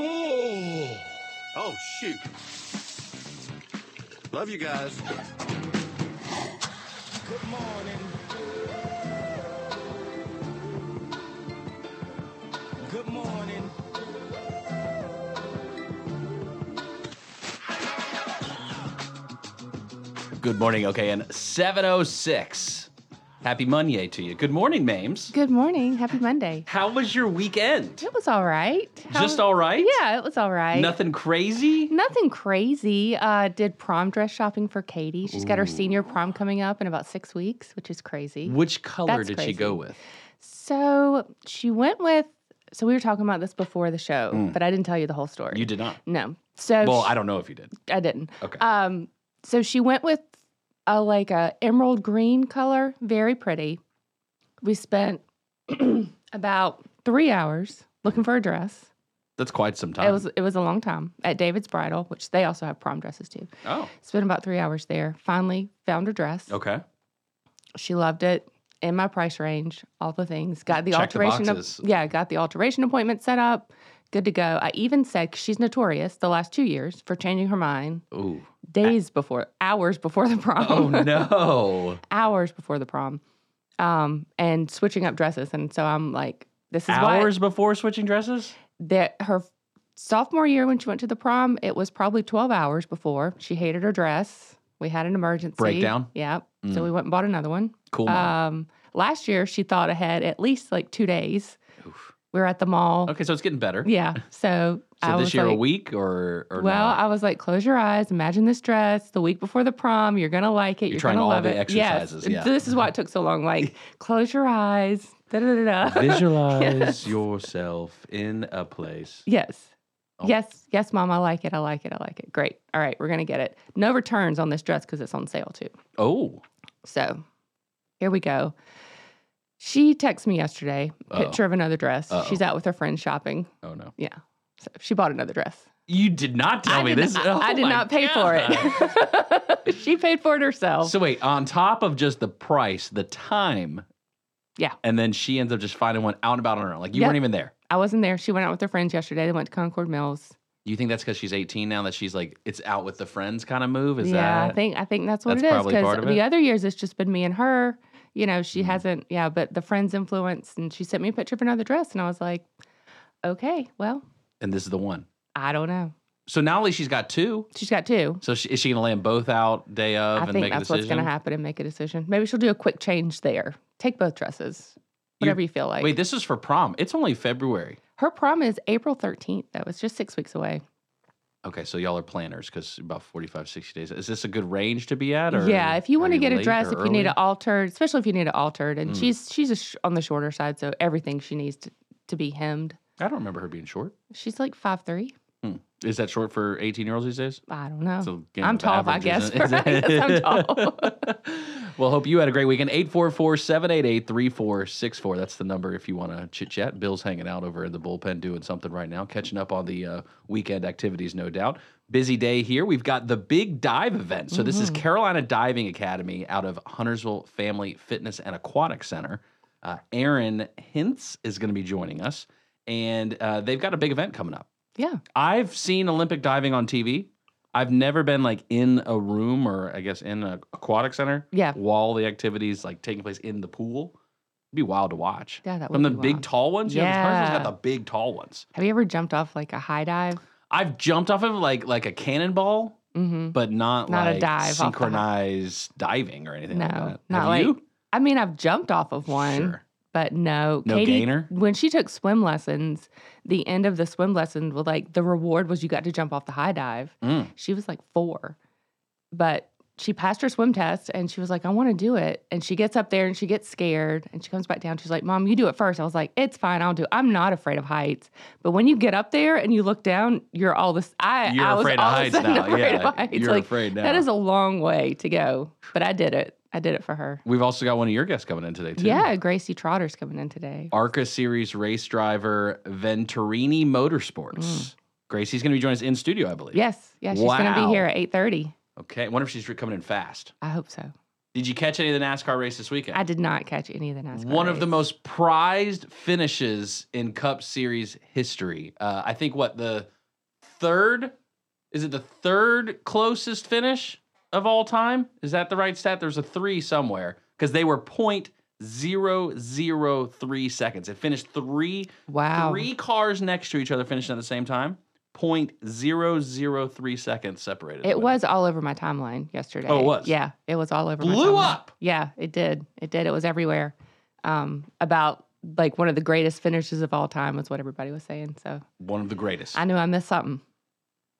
Oh, oh shoot. Love you guys. Good morning. Good morning. Good morning. Okay, and 706. Happy Monday to you. Good morning, Mames. Good morning. Happy Monday. How was your weekend? It was all right. How- Just all right? Yeah, it was all right. Nothing crazy? Nothing crazy. Uh, did prom dress shopping for Katie. She's got her senior prom coming up in about six weeks, which is crazy. Which color That's did she crazy. go with? So she went with. So we were talking about this before the show, but I didn't tell you the whole story. Mm. You did not. No. So Well, she- I don't know if you did. I didn't. Okay. Um, so she went with a like a emerald green color, very pretty. We spent about three hours looking for a dress. That's quite some time. It was it was a long time at David's Bridal, which they also have prom dresses too. oh, Spent about three hours there. Finally found her dress. okay. She loved it. In my price range, all the things. Got the Check the alteration. ap- boxes. yeah, got the alteration appointment set up. Good to go. I even said 'cause she's notorious the last two years for changing her mind Ooh. days before, hours before the prom. Oh, no. hours before the prom um, and switching up dresses. And so I'm like, this is why Hours before switching dresses? that her sophomore year when she went to the prom, it was probably 12 hours before. She hated her dress. We had an emergency Breakdown? Yeah. Mm. So we went and bought another one. Cool. mom. Um, last year, she thought ahead at least like two days. Oof. We were at the mall. okay, so it's getting better. Yeah. So, So I this was year like, a week or, or well, no? I was like, close your eyes, imagine this dress the week before the prom. You're gonna like it. You're, trying gonna all love the it. exercises, Yes. yeah. Mm-hmm. This is why it took so long. Like, close your eyes. Da, da, da, da. Visualize Yes. yourself in a place. yes. Oh. Yes, yes, mom, I like it. I like it. I like it. Great. All right, we're gonna get it. No returns on this dress because it's on sale too. Oh, So here we go. She texted me yesterday, Uh-oh. picture of another dress. Uh-oh. She's out with her friend shopping. oh no. Yeah. So she bought another dress. You did not tell I me did this. not- Oh I did my not pay God. for it. she paid for it herself. so wait, on top of just the price, the time. Yeah. And then she ends up just finding one out and about on her own. Like you Yep. weren't even there. I wasn't there. She went out with her friends yesterday. They went to Concord Mills. You think that's because she's 18 now that she's like it's out with the friends kind of move? Is yeah, that I think I think that's what that's it is. probably part of it? the other years it's just been me and her. You know, she Mm. hasn't. Yeah, but the friends influence, and she sent me a picture of another dress, and I was like, okay, well, and this is the one. I don't know. So now only she's got two. She's got two. So she, is she gonna lay them both out day of I and think make a that's what's decision? going to happen and make a decision. Maybe she'll do a quick change there. Take both dresses, You- whatever you, feel like. Wait, this is for prom. It's only February. her prom is April thirteenth. That was just six weeks away. Okay, so y'all are planners because about 45, 60 days. Is this a good range to be at? Or yeah, if you want are to get a late dress, or if you need early? it altered, especially if you need it altered, and Mm. she's she's a sh- on the shorter side, so everything she needs to, to be hemmed. I don't remember her being short. She's like five three. Is that short for 18 year olds these days? I don't know. So game I'm of tall, I averages, guess, isn't it? right? Yes, I'm tall. well, hope you had a great weekend. 844 788 3464. That's the number if you want to chit chat. Bill's hanging out over in the bullpen doing something right now, catching up on the uh, weekend activities, no doubt. Busy day here. We've got the big dive event. So, this is Carolina Diving Academy out of Huntersville Family Fitness and Aquatic Center. Uh, Aaron Hintz is going to be joining us, and uh, they've got a big event coming up. yeah, I've seen Olympic diving on TV. I've never been like in a room or I guess in an aquatic center yeah, while the activities like taking place in the pool. It'd be wild to watch. yeah. That From the would be big wild. tall ones, yeah, the Yeah. got the big tall ones. Have you ever jumped off like a high dive? I've jumped off of like like a cannonball, Mm-hmm. but not, Not a like dive off the high- synchronized diving or anything like No, that. not Have like you? I mean, I've jumped off of one, Sure. but no. No Katie, gainer? When she took swim lessons, the end of the swim lesson was like the reward was you got to jump off the high dive. Mm. She was like four, but she passed her swim test and she was like, I want to do it. And she gets up there and she gets scared and she comes back down. She's like, Mom, you do it first. I was like, It's fine. I'll do it. I'm not afraid of heights. But when you get up there and you look down, you're all this. I, You're I was afraid all of of a heights sudden now. Afraid Yeah. of heights. You're like, afraid now. That is a long way to go. But I did it. I did it for her. We've also got one of your guests coming in today too. Yeah, Gracie Trotter's coming in today. ARCA Series race driver Venturini Motorsports. Mm. Gracie's going to be joining us in studio, I believe. Yes, yeah, she's going to Wow. be here at eight thirty. Okay. I wonder if she's re- coming in fast. I hope so. Do Did you catch any of the NASCAR race this weekend? I did not catch any of the NASCAR. One of the race. most prized finishes in Cup Series history. Uh, I think what the third is it the third closest finish of all time? Is that the right stat? There's a three somewhere because they were point zero zero three seconds. It finished three wow. three cars next to each other finishing at the same time. Point zero zero three seconds separated. It them. was all over my timeline yesterday. Oh, it was? Yeah, it was all over. Blew my timeline. up! Yeah, it did. It did. It was everywhere. Um, about like one of the greatest finishes of all time was what everybody was saying. So one of the greatest. I knew I missed something.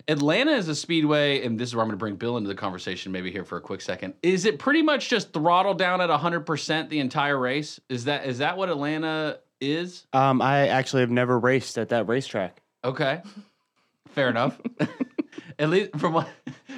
Atlanta is a speedway, and this is where I'm going to bring Bill into the conversation, maybe here for a quick second. Is it pretty much just throttle down at 100 percent the entire race? Is that is that what Atlanta is? Um, I actually have never raced at that racetrack. Okay, fair enough. at least from what,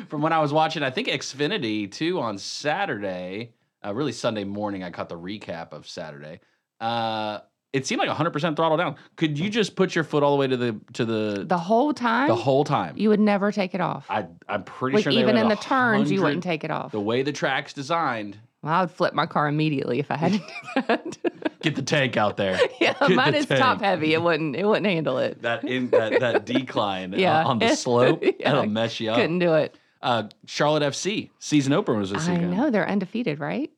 from when I was watching, I think Xfinity too on Saturday, uh, really Sunday morning. I caught the recap of Saturday. Uh, it seemed like 100 percent throttle down. Could you just put your foot all the way to the to the The whole time, the whole time? you would never take it off. I I'm pretty like sure they even were in the at turns, you 100 wouldn't take it off. the way the track's designed, Well, I would flip my car immediately if I had to do that. get the tank out there. yeah, the mine is top tank. heavy. It wouldn't. It wouldn't handle it. That in that, that decline Yeah. uh, on the slope, Yeah. that'll mess you up. Couldn't do it. Uh, Charlotte FC season opener was this I weekend. know they're undefeated, right?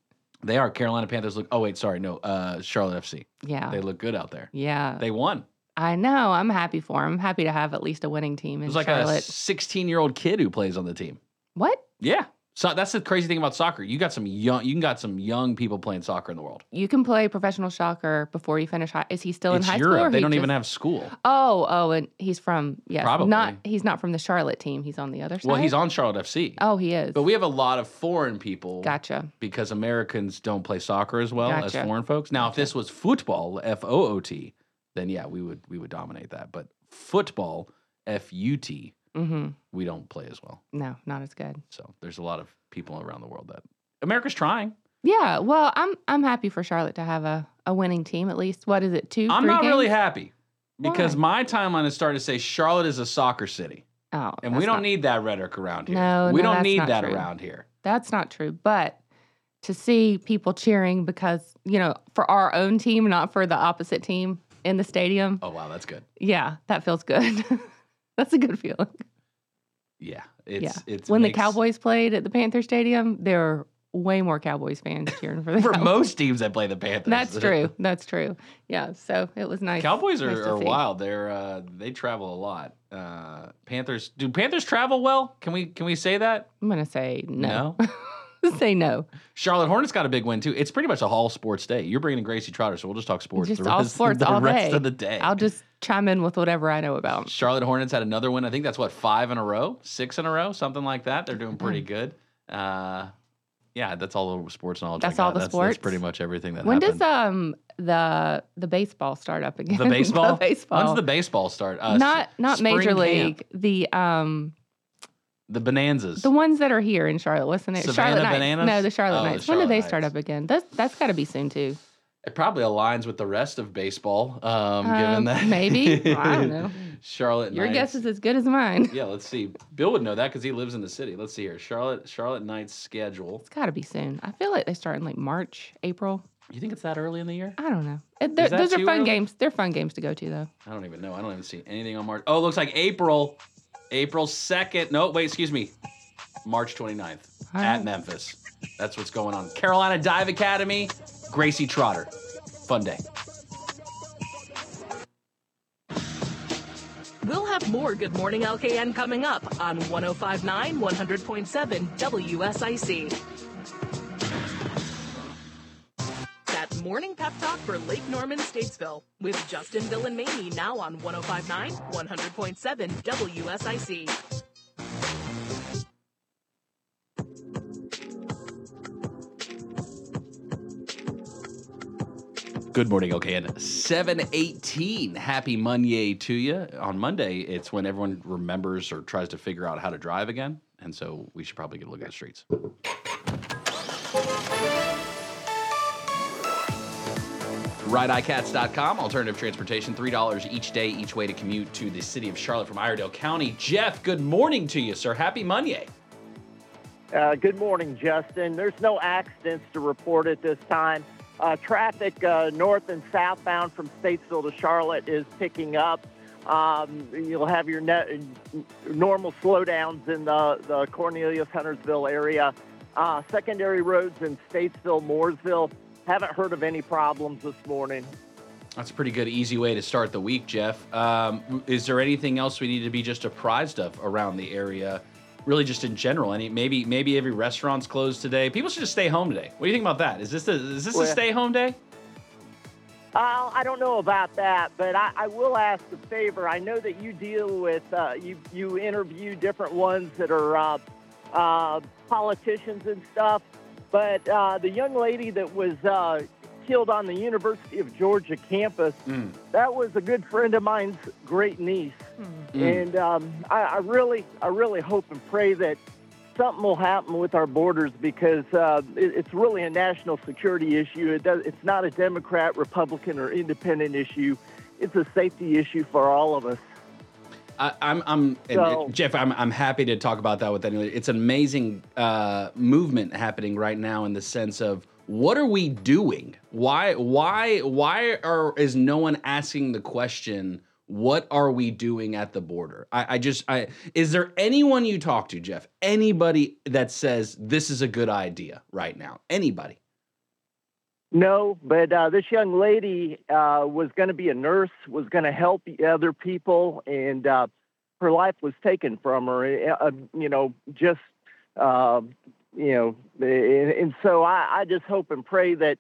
They are Carolina Panthers. Look, oh wait, sorry, no, uh, Charlotte FC. Yeah. They look good out there. yeah. They won. I know. I'm happy for them. I'm happy to have at least a winning team in It was like a Charlotte. 16 year old kid who plays on the team. what? Yeah. So that's the crazy thing about soccer. You got some young, you got some young people playing soccer in the world. You can play professional soccer before you finish high. Is he still it's in high Europe. school? or they he don't even just- have school. Oh, oh, and he's from yeah. Probably. not. He's not from the Charlotte team. He's on the other side. Well, he's on Charlotte FC. Oh, he is. But we have a lot of foreign people gotcha. because Americans don't play soccer as well as Gotcha. foreign folks. Now, if this was football, F O O T, then yeah, we would we would dominate that. But football, F U T, Mm-hmm. we don't play as well. No, not as good. So there's a lot of people around the world that America's trying. Yeah. Well, I'm I'm happy for Charlotte to have a, a winning team at least. What is it? 2 I'm three not really games? happy because Why? my timeline is starting to say Charlotte is a soccer city, Oh, and we that's don't not- need that rhetoric around here. No, we no, don't that's need not that true. around here. That's not true. But to see people cheering because you know for our own team, not for the opposite team in the stadium. Oh wow, that's good. Yeah, that feels good. That's a good feeling. Yeah, it's it's when makes- the Cowboys played at the Panther Stadium, there were way more Cowboys fans cheering for the for Cowboys. most teams that play the Panthers. That's true. That's true. Yeah. So it was nice. Cowboys nice are, to are see. wild. They're uh, they travel a lot. Uh, Panthers do Panthers travel well? Can we can we say that? I'm gonna say no. say no. Charlotte Hornets got a big win too. It's pretty much a all sports day. You're bringing in Gracie Trotter, so we'll just talk sports. Just the all rest, sports the all rest day. Uh, of the day. I'll just chime in with whatever I know about. Charlotte Hornets had another win. I think that's what five in a row, six in a row, something like that. They're doing Mm-hmm. pretty good. Uh, yeah, that's all the sports knowledge. I That's all got. the That's sports? pretty much everything that When happened. does um the the baseball start up again? the baseball? the baseball. When's the baseball start? Uh, s- not not major spring camp. league. The um The bonanzas. the ones that are here in Charlotte. What's the name? Savannah Charlotte Bananas? Knights. No, the Charlotte Oh, the Knights. When do Charlotte they start Knights. up again? That's that's got to be soon too. It probably aligns with the rest of baseball, um, given Um, that maybe. I don't know. Charlotte. Your guess Knights- is as good as mine. Yeah, let's see. Bill would know that because he lives in the city. Let's see here. Charlotte Charlotte Knights schedule. It's got to be soon. I feel like they start in like March, April. You think it's that early in the year? I don't know. It, they're- Is that those are too fun early? games. They're fun games to go to though. I don't even know. I don't even see anything on March. Oh, it looks like April. April 2nd. No, wait, excuse me. March 29th All at right. Memphis. That's what's going on. Carolina Dive Academy, Gracie Trotter. Fun day. We'll have more Good Morning LKN coming up on 1059 100.7 WSIC. That morning pep talk for Lake Norman Statesville with Justin Villain Maney now on 1059 100.7 WSIC. Good morning, OKN. 718. Happy Monday to you. On Monday, it's when everyone remembers or tries to figure out how to drive again. And so we should probably get a look at the streets. RideEyeCats.com, alternative transportation, $3 each day, each way to commute to the city of Charlotte from Iredale County. Jeff, good morning to you, sir. Happy Monday. Uh, good morning, Justin. There's no accidents to report at this time. Uh, traffic uh, north and southbound from Statesville to Charlotte is picking up. Um, you'll have your ne- normal slowdowns in the, the Cornelius Huntersville area. Uh, secondary roads in Statesville, Mooresville. Haven't heard of any problems this morning. That's a pretty good, easy way to start the week, Jeff. Um, is there anything else we need to be just apprised of around the area? Really, just in general. Any maybe maybe every restaurant's closed today. People should just stay home today. What do you think about that? Is this a, is this a Well- stay home day? Uh, I don't know about that, but I, I will ask a favor. I know that you deal with uh, you you interview different ones that are uh, uh, politicians and stuff, but uh, the young lady that was uh, killed on the University of Georgia campus Mm. that was a good friend of mine's great niece, Mm. and um, I, I really I really hope and pray that something will happen with our borders because uh, it, it's really a national security issue. It does, it's not a Democrat, Republican, or independent issue. It's a safety issue for all of us. I, I'm, I'm and So- Jeff. I'm, I'm happy to talk about that with anyone. It's an amazing uh, movement happening right now in the sense of what are we doing? Why, why, why are is no one asking the question? What are we doing at the border? I, I just, I is there anyone you talk to, Jeff? Anybody that says this is a good idea right now? Anybody? No, but uh, this young lady uh, was going to be a nurse, was going to help the other people, and uh, her life was taken from her. Uh, you know, just uh, you know, and, and so I, I just hope and pray that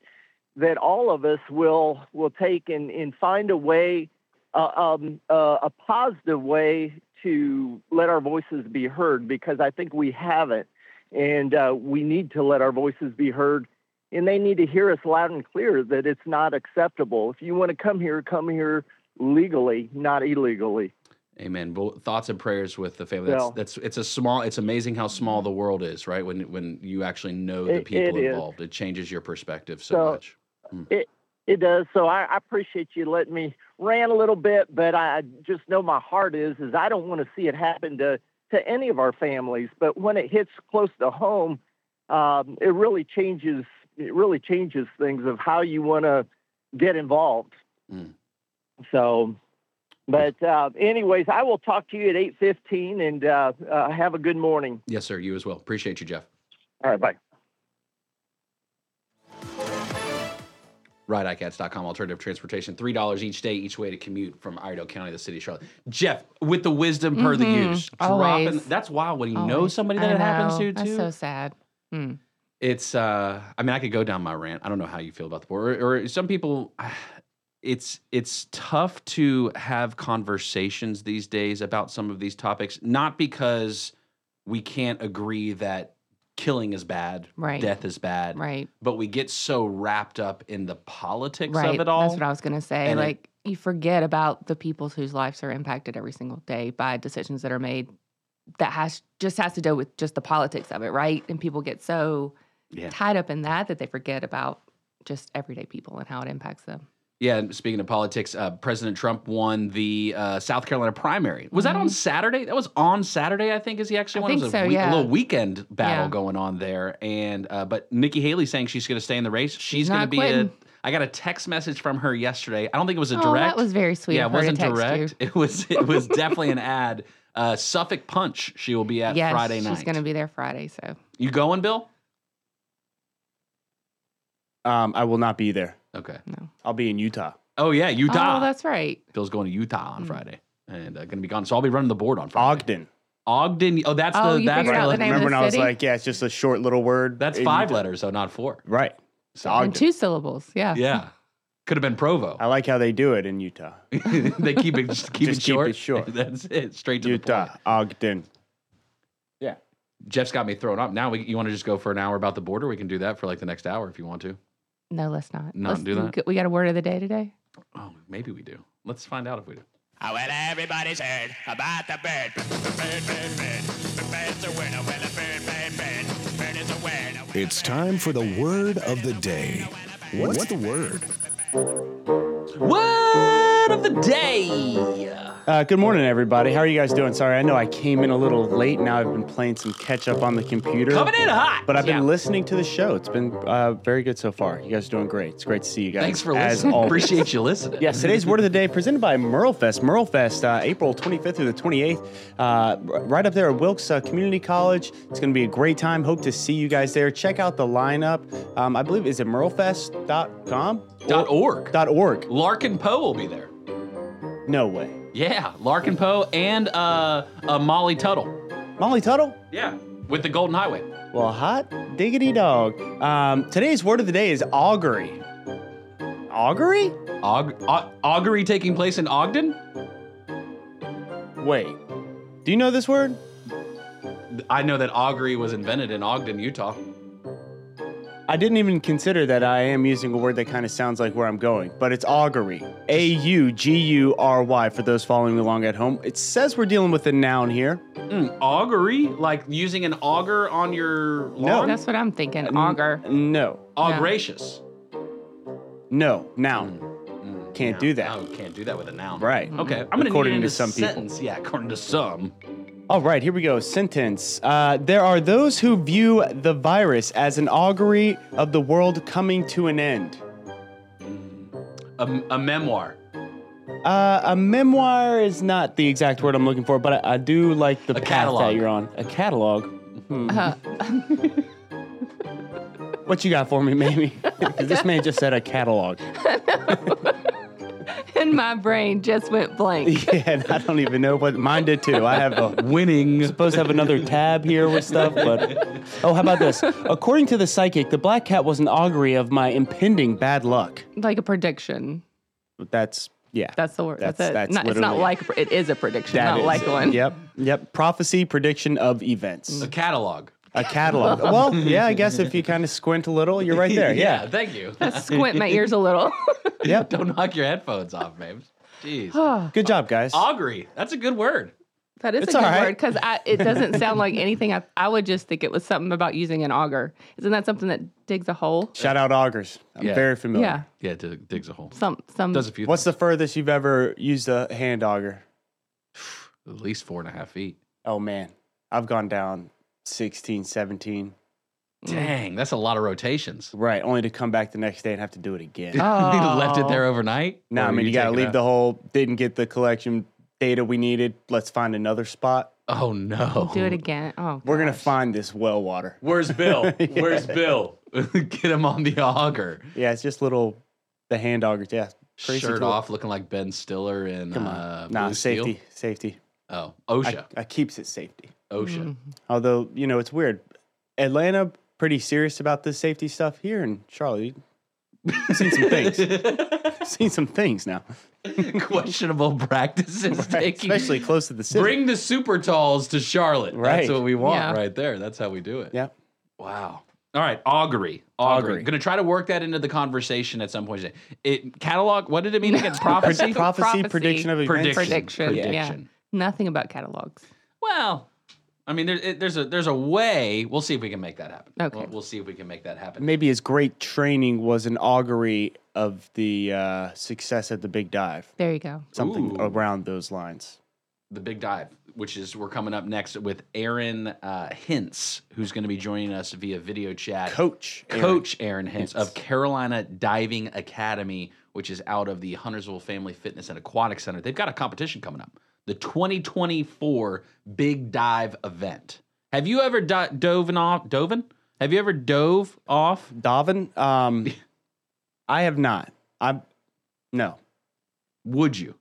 that all of us will will take and, and find a way, uh, um, uh, a positive way to let our voices be heard because I think we haven't, and uh, we need to let our voices be heard and they need to hear us loud and clear that it's not acceptable. If you want to come here, come here legally, not illegally. Amen. Well, thoughts and prayers with the family. That's, Yeah. that's it's a small. It's amazing how small the world is, right? When when you actually know the It- people it is. involved, it changes your perspective so, uh, Hmm. So- much. It does. So I, I appreciate you letting me rant a little bit, but I I just know my heart is is I don't want to see it happen to to any of our families. But when it hits close to home, um, it really changes. It really changes things of how you want to get involved. Mm. So, but uh, anyways, I will talk to you at eight fifteen, and uh, uh, have a good morning. Yes, sir. You as well. Appreciate you, Jeff. All right, bye. RideICats.com alternative transportation. Three dollars each day, each way to commute from Iredell County to the city of Charlotte. Jeff, with the wisdom per the Mhm. use, dropping. Always. That's wild when you know Always. somebody I that it happens know. to That's too. so sad. Mm. it's uh i mean i could go down my rant i don't know how you feel about the board or, or some people it's it's tough to have conversations these days about some of these topics not because we can't agree that killing is bad Right. death is bad Right. but we get so wrapped up in the politics of Right. it all That's what I was going to say. And it- like, you forget about the people whose lives are impacted every single day by decisions that are made that has just has to do with just the politics of it, right? And people get so Yeah. tied up in that that they forget about just everyday people and how it impacts them. yeah and speaking of politics uh, president trump won the uh, south carolina primary was that on saturday that was on saturday i think is he actually Mm-hmm. won I it was think a, so, week- a yeah. little weekend battle Yeah. going on there. And uh, but Nikki Haley saying she's going to stay in the race. She's, going to not be. A, quitting. I got a text message from her yesterday. I don't think it was a Oh, direct. that was very sweet. yeah, it of her to wasn't text direct. You. It was. It was definitely an ad. Uh, Suffolk Punch. She will be at Yes, Friday night. she's going to be there Friday. So You going, Bill? Um, I will not be there. Okay. I'll be in Utah. Oh yeah, Utah. oh, that's right. Bill's going to Utah Mm. Oh. on Friday and uh, going to be gone. So I'll be running the board on Friday. Ogden. Ogden. Oh, that's Oh, the. you That's figured out the name Remember of the when I was city? like, yeah, it's just a short little word. That's in five Utah. letters, though, not four. Right. So And Ogden. two syllables. Yeah. Yeah. Could have been Provo. I like how they do it in Utah. they keep it just keep Just it keep short. it short. That's it. Straight to the Utah, point. Ogden. Jeff's got me thrown up. Now we, you want to just go for an hour about the border? We can do that for like the next hour if you want to. No, let's not. No, let's do that. We got a word of the day today. Oh, maybe we do. Let's find out if we do. Oh, well, everybody's heard about the bird. Bird, bird, bird. Bird's a winner. Well, a bird, bird, bird. Bird is a winner. It's time for the word of the day. What's the word? Word of the day. Uh, good morning, everybody. How are you guys doing? Sorry, I know I came in a little late. Now I've been playing some catch up on the computer. Coming in hot. But I've been Yeah. listening to the show. It's been uh, very good so far. You guys are doing great. It's great to see you guys. Thanks for as listening. always. Appreciate you listening. Yes, today's word of the day presented by Merlefest. Merlefest, uh, April 25th through the 28th, uh, r- right up there at Wilkes uh, Community College. It's going to be a great time. Hope to see you guys there. Check out the lineup. Um, I believe is it merlefest.com Dot org. dot org. Larkin Poe will be there. No way. Yeah, Larkin Poe and uh, uh, Molly Tuttle. Molly Tuttle. Yeah, with the Golden Highway. Well, hot diggity dog. Um, today's word of the day is augury. Augury? Aug- au- augury taking place in Ogden. Wait. Do you know this word? I know that augury was invented in Ogden, Utah. I didn't even consider that I am using a word that kind of sounds like where I'm going, but it's augury. A U G U R Y for those following along at home. It says we're dealing with a noun here. Mm, augury, like using an auger on your No. lawn. That's what I'm thinking. Auger. No. Augracious. No. Noun. Mm, Can't noun. do that. Oh, can't do that with a noun. Right. Okay, I'm gonna According need it to in a some people. sentence. Yeah, according to some. All right, here we go. Sentence. Uh, there are those who view the virus as an augury of the world coming to an end. A, a memoir. Uh, a memoir is not the exact word I'm looking for, but I, I do like the A path catalog. that you're on. A catalog. Hmm. Uh, What you got for me, Mamie? 'Cause this man just said a catalog. and my brain just went blank. Yeah, and I don't even know what mine did too. I have a Winning. supposed to have another tab here with stuff, but oh, how about this? According to the psychic, the black cat was an augury of my impending bad luck. like a prediction. That's yeah. That's the word. That's, That's- it. that's Not- it's not literally it. like it is a prediction, That not is like it. one. Yep, yep. Prophecy, prediction of events, A catalog. a catalog. well, yeah, I guess if you kind of squint a little, you're right there. Yeah. Thank you. Squint my ears a little. Yep. Don't knock your headphones off, babes. Jeez. Good job, guys. Augury. That's a good word. That is It's a all good right. word because it doesn't sound like anything. I, I would just think it was something about using an auger. Isn't that something that digs a hole? Shout out augers. I'm Yeah. very familiar. Yeah, Yeah, it dig- digs a hole. some some. Does a few. What's What's the furthest you've ever used a hand auger? at least four and a half feet? Oh man, I've gone down 16, 17. Dang, that's a lot of rotations. Right, only to come back the next day and have to do it again. You No, Oh. left it there overnight. nah, Or I mean you, gotta take it leave out? the whole. Didn't get the collection data we needed. Let's find another spot. Oh no. do it again. Oh, We're gonna gosh. find this well water. Where's Bill? Where's Bill? Get him on the auger. Yeah, it's just little the hand augers. Yeah, crazy Shirt tool. off, looking like Ben Stiller in Come on, uh, nah, Blue Steel. safety, safety. Mm. Oh, I, OSHA, I keeps it safety. OSHA. Mm. Although you know it's weird. Atlanta pretty serious about this safety stuff here, and Charlotte you've seen some things. seen some things now, Questionable practices right? taking. especially close to the city. Bring the super talls to Charlotte. That's Right. what we want Yeah. right there. That's how we do it. yeah. Wow. All right, augury. Augury. Augury. Going to try to work that into the conversation at some point. today. It catalog. What did it mean again? Prophecy. Prophecy, Prophecy. prediction of events. Prediction. Prediction, yeah. Prediction. Nothing about catalogs. Well, I mean, there, it, there's a there's a way. We'll see if we can make that happen. Okay. We'll, we'll see if we can make that happen. Maybe his great training was an augury of the uh, success at the big dive, There you go. something Oh. Ooh. around those lines. The big dive, which is we're coming up next with Aaron uh, Hintz, who's going to be joining us via video chat. Coach, Aaron. Coach Aaron Hintz. Hintz of Carolina Diving Academy, which is out of the Huntersville Family Fitness and Aquatic Center. They've got a competition coming up, the 2024 Big Dive Event. Have you ever do- doven off? Doven? Have you ever dove off? Davin. Um, I have not. I'm no, Would you?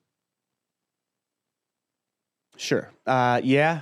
sure. Uh, yeah,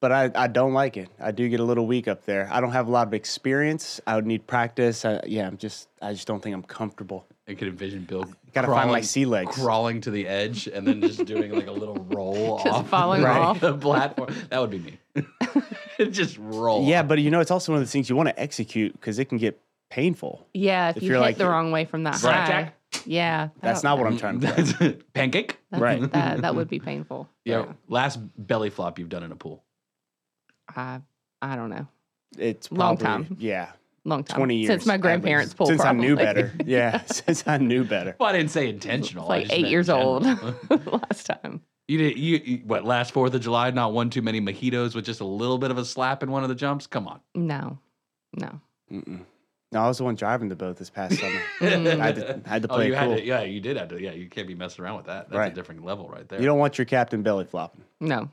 but I, I don't like it. I do get a little weak up there. I don't have a lot of experience. I would need practice. I, yeah, I'm just I just don't think I'm comfortable. I could envision Bill. Gotta find my sea legs. Crawling to the edge and then just doing like a little roll Just off falling Right. off. the platform. That would be me. just roll. Yeah, but you know it's also one of the things you want to execute because it can get painful. Yeah, if, If you you're hit like- the wrong way from that Slapjack? high. Yeah, That's that'll- not what I'm trying to. Play. That's it. Pancake? that- right. That, that would be painful. Yeah. Last belly flop you've done in a pool. I I don't know. It's Long probably, time. Yeah. Long time. 20 years. Since my at grandparents least. pulled Since I knew probably. better. Yeah, since I knew better. Well, I didn't say intentional. It's I like just eight meant years in old general. last time. You did you, you what last Fourth of July? Not one too many mojitos with just a little bit of a slap in one of the jumps. Come on, No, no. Mm-mm. No, I was the one driving the boat this past summer. Mm. I had to, had to oh, play you it had cool. to, yeah, you did have to, yeah. You can't be messing around with that. That's a Right. different level right there. You don't want your captain belly flopping. No.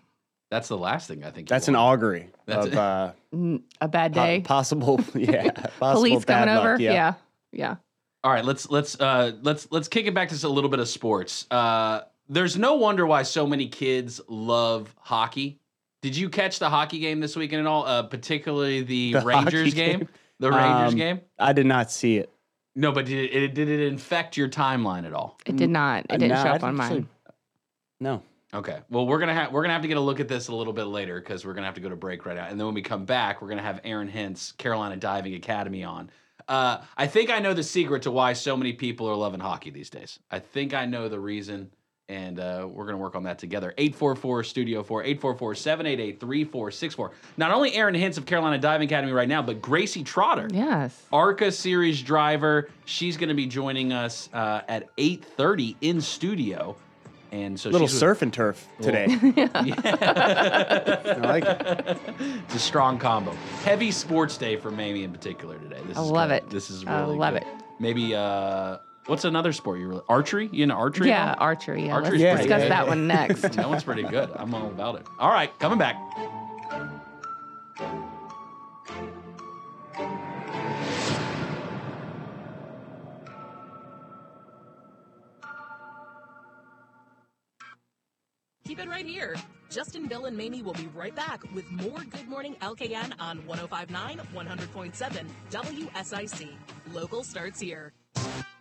That's the last thing I think. you That's an want. augury That's of it. uh, N- A bad po- day. possible, yeah, possible Police bad coming luck, over. Yeah. Yeah. All right, let's let's uh, let's let's kick it back to a little bit of sports. Uh, there's no wonder why so many kids love hockey. Did you catch the hockey game this weekend at all? Uh, particularly the, The Rangers hockey game? game? the Rangers Um, game. I did not see it. No, but did it, did it infect your timeline at all? It did not. It didn't No, show Uh, I up didn't on mine. actually- No. Okay. Well, we're gonna have we're gonna have to get a look at this a little bit later because we're gonna have to go to break right now, and then when we come back, we're gonna have Aaron Hintz, Carolina Diving Academy on. Uh, I think I know the secret to why so many people are loving hockey these days. I think I know the reason, and uh, we're gonna work on that together. Eight four four Studio Four, 844-788-3464. Not only Aaron Hintz of Carolina Diving Academy right now, but Gracie Trotter. Yes. ARCA Series driver. She's going to be joining us uh, at 8.30 in studio. And so Little she's with- surf and turf today. I like it. it's a strong combo. Heavy sports day for Mamie in particular today. This I is love good. it. This is really I love good. it. Maybe uh, what's another sport you really archery? You know archery? Yeah. Archery. Yeah. Archery's Let's pretty discuss good. that one next. that one's pretty good. I'm all about it. All right, coming back. Keep it right here. Justin, Bill, and Mamie will be right back with more Good Morning LKN on 1059 100.7 WSIC. Local starts here.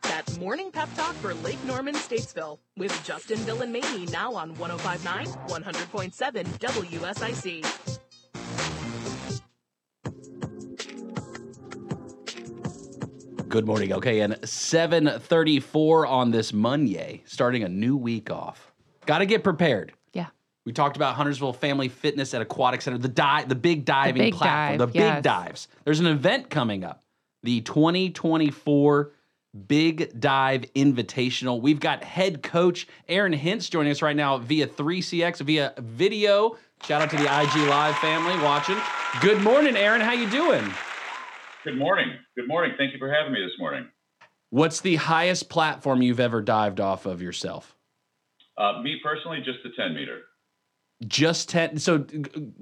That morning pep talk for Lake Norman Statesville with Justin, Bill, and Mamie now on 1059 100.7 WSIC. Good morning. Okay, and 7:34 on this Monday, starting a new week off. Got to get prepared. Yeah. We talked about Huntersville Family Fitness at Aquatic Center, the dive, the big diving big platform, dive, the yes. big dives. There's an event coming up, the 2024 Big Dive Invitational. We've got head coach Aaron Hintz joining us right now via 3CX via video. Shout out to the IG Live family watching. Good morning, Aaron. How you doing? Good morning. Good morning. Thank you for having me this morning. What's the highest platform you've ever dived off of yourself? Uh, me personally, just the 10 meter. Just 10. So g-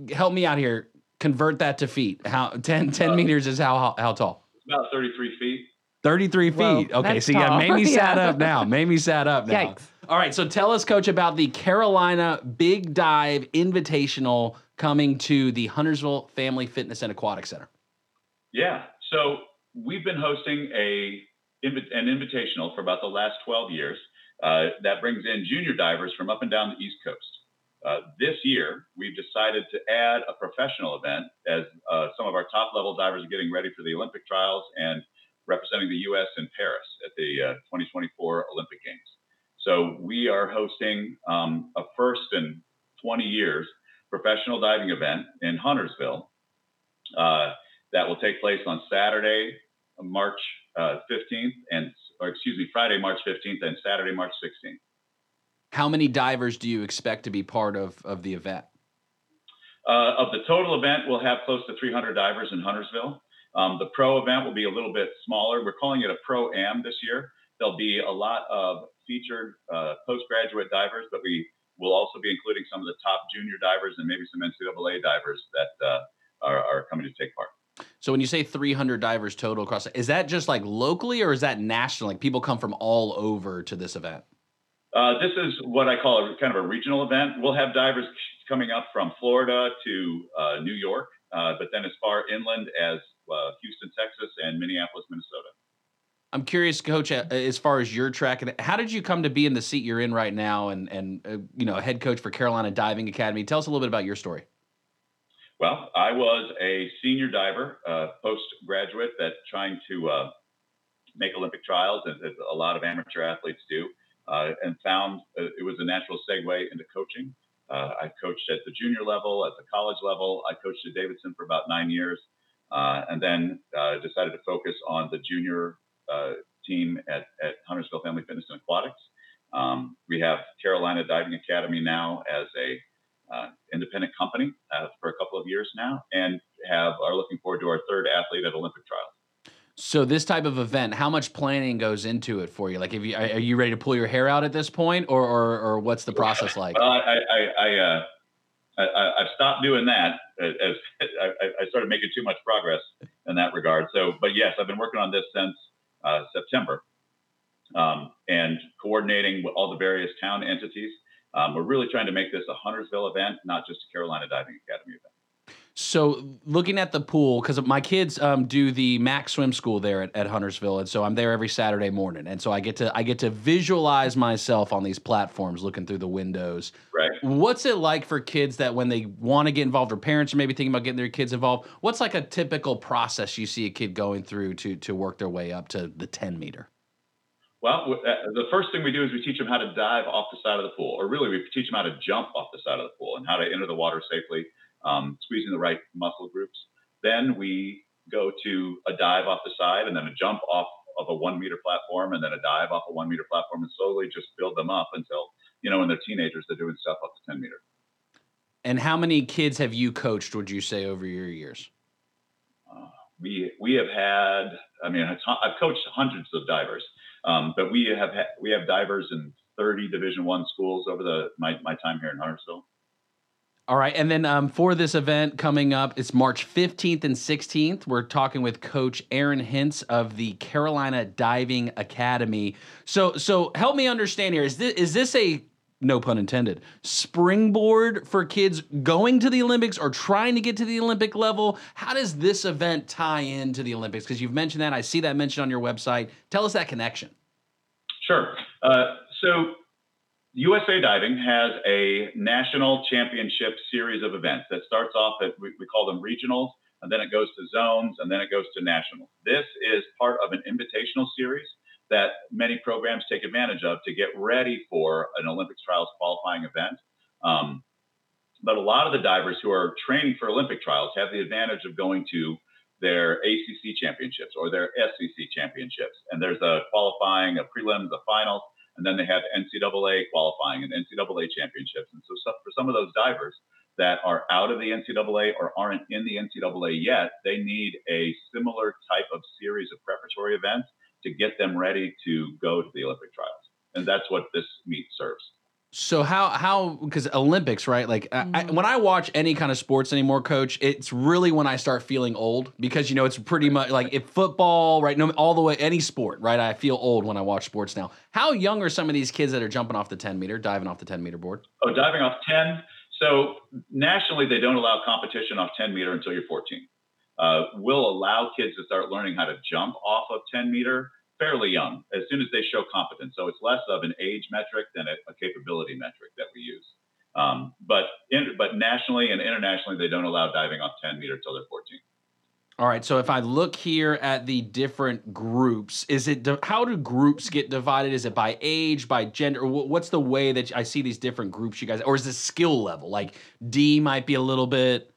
g- help me out here. Convert that to feet. How 10, 10 meters is how, how how tall? It's about 33 feet. 33 feet. Well, okay, that's so yeah, tall. Mamie sat Yeah. up now. Mamie sat up now. Yikes. All right, so tell us, Coach, about the Carolina Big Dive Invitational coming to the Huntersville Family Fitness and Aquatic Center. Yeah. So we've been hosting a invi- an invitational for about the last 12 years uh, that brings in junior divers from up and down the East Coast. Uh, this year, we've decided to add a professional event as uh, some of our top level divers are getting ready for the Olympic trials and representing the U.S. in Paris at the uh, 2024 Olympic Games. So we are hosting um, a first in 20 years professional diving event in Huntersville. Uh, that will take place on Saturday, March uh, 15th, and or excuse me, Friday, March 15th, and Saturday, March 16th. How many divers do you expect to be part of, of the event? Uh, of the total event, we'll have close to 300 divers in Huntersville. Um, the pro event will be a little bit smaller. We're calling it a pro am this year. There'll be a lot of featured uh, postgraduate divers, but we will also be including some of the top junior divers and maybe some NCAA divers that uh, are, are coming to take part. So when you say 300 divers total across, is that just like locally or is that national? Like people come from all over to this event? Uh, this is what I call a kind of a regional event. We'll have divers coming up from Florida to uh, New York, uh, but then as far inland as uh, Houston, Texas, and Minneapolis, Minnesota. I'm curious, Coach, a- as far as your track, and how did you come to be in the seat you're in right now, and and uh, you know, head coach for Carolina Diving Academy? Tell us a little bit about your story. Well, I was a senior diver, uh, postgraduate that trying to uh, make Olympic trials, as, as a lot of amateur athletes do, uh, and found uh, it was a natural segue into coaching. Uh, I coached at the junior level, at the college level. I coached at Davidson for about nine years, uh, and then uh, decided to focus on the junior uh, team at, at Huntersville Family Fitness and Aquatics. Um, we have Carolina Diving Academy now as a uh, independent company uh, for a couple of years now, and have are looking forward to our third athlete at Olympic trials. So this type of event, how much planning goes into it for you? Like, if you are, are you ready to pull your hair out at this point, or or, or what's the process like? Well, I, I, I, I, uh, I, I- I've stopped doing that uh, as I, I- I started making too much progress in that regard. So, but yes, I've been working on this since uh, September um, and coordinating with all the various town entities. Um, we're really trying to make this a Huntersville event, not just a Carolina Diving Academy event. So looking at the pool, because my kids um, do the Mac Swim School there at, at Huntersville, and so I'm there every Saturday morning, and so I get to I get to visualize myself on these platforms, looking through the windows. Right. What's it like for kids that when they want to get involved, or parents are maybe thinking about getting their kids involved? What's like a typical process you see a kid going through to to work their way up to the 10 meter? Well, w- uh, the first thing we do is we teach them how to dive off the side of the pool, or really we teach them how to jump off the side of the pool and how to enter the water safely, um, squeezing the right muscle groups. Then we go to a dive off the side and then a jump off of a one meter platform and then a dive off a one meter platform and slowly just build them up until, you know, when they're teenagers, they're doing stuff up to 10 meter. And how many kids have you coached? Would you say over your years? we we have had i mean I've ta- i've coached hundreds of divers um, but we have ha- we have divers in 30 division one schools over the my, my time here in huntersville All right, and then um, for this event coming up, it's March 15th and 16th. We're talking with Coach Aaron Hintz of the Carolina Diving Academy. So, so help me understand here: is this is this a no pun intended springboard for kids going to the Olympics or trying to get to the Olympic level? How does this event tie into the Olympics? Because you've mentioned that, I see that mentioned on your website. Tell us that connection. sure uh, so usa diving has a national championship series of events that starts off at we, we call them regionals and then it goes to zones and then it goes to national this is part of an invitational series that many programs take advantage of to get ready for an olympics trials qualifying event um, but a lot of the divers who are training for Olympic trials have the advantage of going to their ACC championships or their SEC championships. And there's a qualifying, a prelims, a final, and then they have NCAA qualifying and NCAA championships. And so, so- for some of those divers that are out of the NCAA or aren't in the NCAA yet, they need a similar type of series of preparatory events to get them ready to go to the Olympic trials. And that's what this meet serves. So how how because Olympics right like I, I, when I watch any kind of sports anymore, Coach, it's really when I start feeling old because you know it's pretty much like if football right no all the way any sport right I feel old when I watch sports now. How young are some of these kids that are jumping off the ten meter, diving off the ten meter board? Oh, diving off 10. So nationally, they don't allow competition off 10 meter until you're 14. Uh, we'll allow kids to start learning how to jump off of 10 meter fairly young, as soon as they show competence. So it's less of an age metric than a, a capability metric that we use. Um, but in, but nationally and internationally, they don't allow diving off 10 meter until they're 14. All right, so if I look here at the different groups, is it di- how do groups get divided? Is it by age, by gender? Wh- What's the way that I see these different groups you guys, or is it skill level? Like D might be a little bit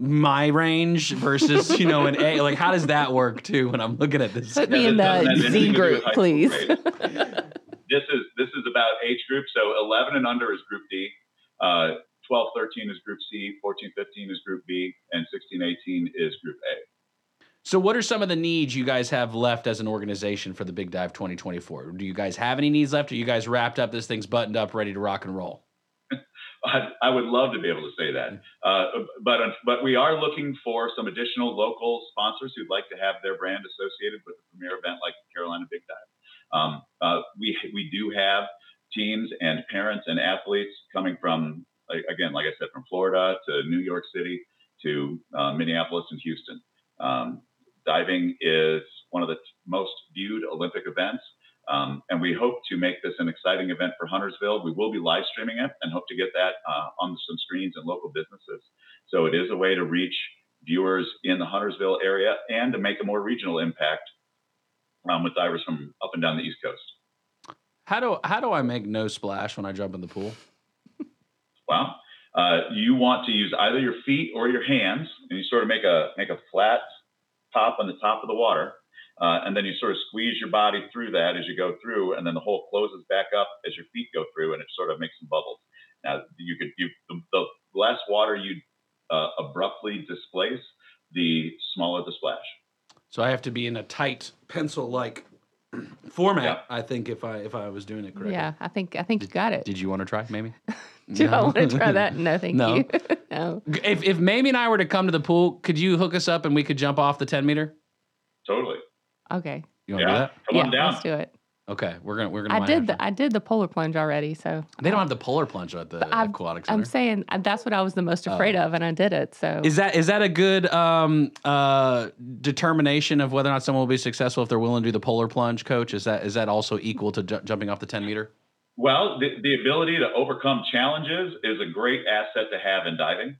my range versus you know an A. Like how does that work too? When I'm looking at this, Put me Yeah, in this doesn't the have anything to do Z with group, high school please. grades. this is this is about age group. So 11 and under is Group D. Uh, 12, 13 is Group C. 14, 15 is Group B, and 16, 18 is Group A. so what are some of the needs you guys have left as an organization for the Big Dive 2024? Do you guys have any needs left? Are you guys wrapped up? This thing's buttoned up, ready to rock and roll. I, I would love to be able to say that, uh, but but we are looking for some additional local sponsors who'd like to have their brand associated with a premier event like the Carolina Big Dive. Um, uh, we we do have teams and parents and athletes coming from like- again, like I said, from Florida to New York City to uh, Minneapolis and Houston. Um, diving is one of the t- most viewed Olympic events. Um, and we hope to make this an exciting event for Huntersville. We will be live streaming it and hope to get that uh, on some screens and local businesses. So it is a way to reach viewers in the Huntersville area and to make a more regional impact um, with divers from up and down the East Coast. How do how do I make no splash when I jump in the pool? Well, uh, you want to use either your feet or your hands, and you sort of make a make a flat top on the top of the water. Uh, and then you sort of squeeze your body through that as you go through, and then the hole closes back up as your feet go through, and it sort of makes some bubbles. Now you could you the, the less water you uh, abruptly displace, the smaller the splash. So I have to be in a tight pencil-like format. Yeah. I think if I if I was doing it correctly. Yeah, I think I think you got it. Did you want to try, Mamie? Do I want to try that? No, thank No. you. no. If if Mamie and I were to come to the pool, could you hook us up and we could jump off the ten meter? Totally. Okay. You Yeah. want to do that? Come yeah, on down. let's do it. Okay, we're gonna we're gonna. I line did up. the I did the polar plunge already, so They don't have the polar plunge at the I've- aquatic center. Oh. I'm saying uh, that's what I was the most afraid of, and I did it. So Is that is that a good um, uh, determination of whether or not someone will be successful if they're willing to do the polar plunge, Coach? Is that is that also equal to ju- jumping off the ten meter? Well, the, the ability to overcome challenges is a great asset to have in diving.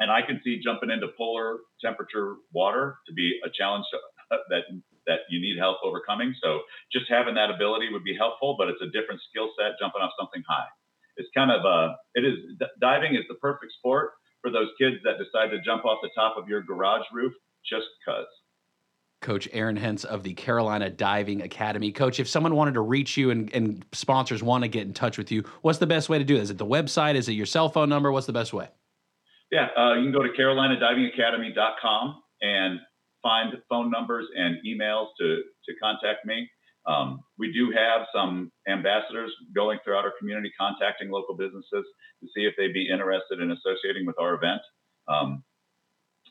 And I can see jumping into polar temperature water to be a challenge to, uh, that that you need help overcoming. So just having that ability would be helpful, but it's a different skill set jumping off something high. It's kind of a it is d- diving is the perfect sport for those kids that decide to jump off the top of your garage roof just cuz. Coach Aaron Hentz of the Carolina Diving Academy. Coach, if someone wanted to reach you and, and sponsors want to get in touch with you, what's the best way to do that? Is it the website? Is it your cell phone number? What's the best way? Yeah, uh, you can go to carolinadivingacademy.com and find phone numbers and emails to, to contact me. Um, we do have some ambassadors going throughout our community, contacting local businesses to see if they'd be interested in associating with our event. Um,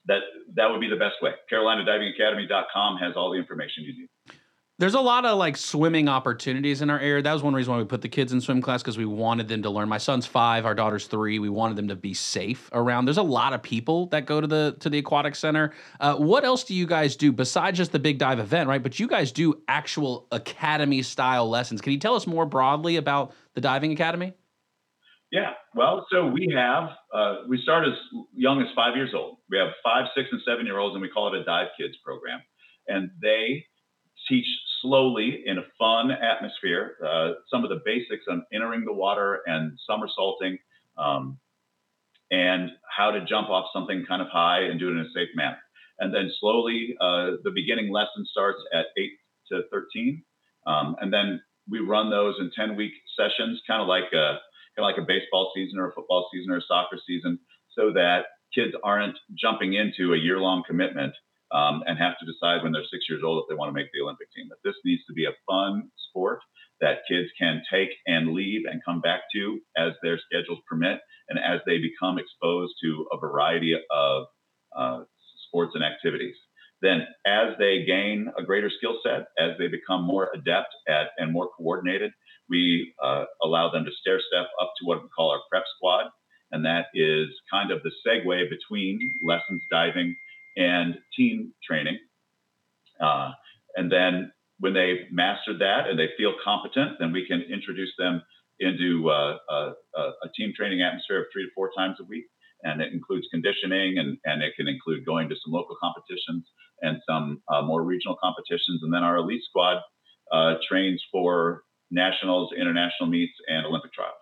that that would be the best way. CarolinaDivingAcademy.com has all the information you need. There's a lot of like swimming opportunities in our area. That was one reason why we put the kids in swim class because we wanted them to learn. My son's five, our daughter's three. We wanted them to be safe around. There's a lot of people that go to the to the aquatic center. Uh, what else do you guys do besides just the big dive event, right? But you guys do actual academy style lessons. Can you tell us more broadly about the diving academy? Yeah. Well, so we have, uh, we start as young as five years old. We have five, six, and seven year olds, and we call it a Dive Kids program. And they teach slowly in a fun atmosphere uh, some of the basics on entering the water and somersaulting um, and how to jump off something kind of high and do it in a safe manner. And then slowly, uh, the beginning lesson starts at 8 to 13. Um, and then we run those in 10 week sessions, kind of like a kind of like a baseball season or a football season or a soccer season, so that kids aren't jumping into a year long commitment um, and have to decide when they're six years old if they want to make the Olympic team. That this needs to be a fun sport that kids can take and leave and come back to as their schedules permit and as they become exposed to a variety of uh, sports and activities. Then, as they gain a greater skill set, as they become more adept at and more coordinated, we uh, allow them to stair step up to what we call our prep squad. And that is kind of the segue between lessons diving and team training. Uh, and then when they've mastered that and they feel competent, then we can introduce them into uh, a, a, a team training atmosphere of three to four times a week. And it includes conditioning and, and it can include going to some local competitions and some uh, more regional competitions. And then our elite squad uh, trains for nationals, international meets, and Olympic trials.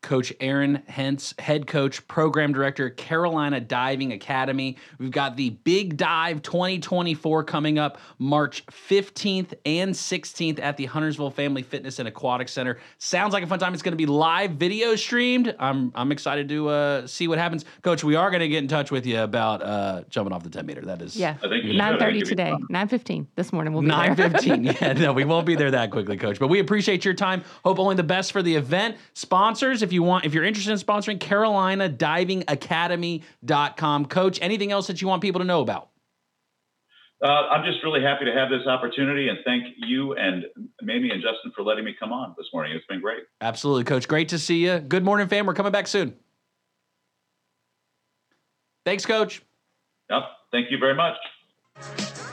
Coach Aaron Hentz, head coach, program director, Carolina Diving Academy. We've got the Big Dive 2024 coming up March 15th and 16th at the Huntersville Family Fitness and Aquatic Center. Sounds like a fun time. It's going to be live video streamed. I'm I'm excited to uh, see what happens, Coach. We are going to get in touch with you about uh, jumping off the 10 meter. That is yeah, I think you should. I nine think thirty it'd be today, fun. nine fifteen this morning. We'll be Nine there. fifteen. Yeah, no, we won't be there that quickly, Coach. But we appreciate your time. Hope only the best for the event. Sponsors, if you want, if you're interested in sponsoring, CarolinaDivingAcademy.com. Coach, anything else that you want people to know about? Uh, I'm just really happy to have this opportunity and thank you and Mamie and Justin for letting me come on this morning. It's been great. Absolutely, Coach. Great to see you. Good morning, fam. We're coming back soon. Thanks, Coach. Yep. Thank you very much.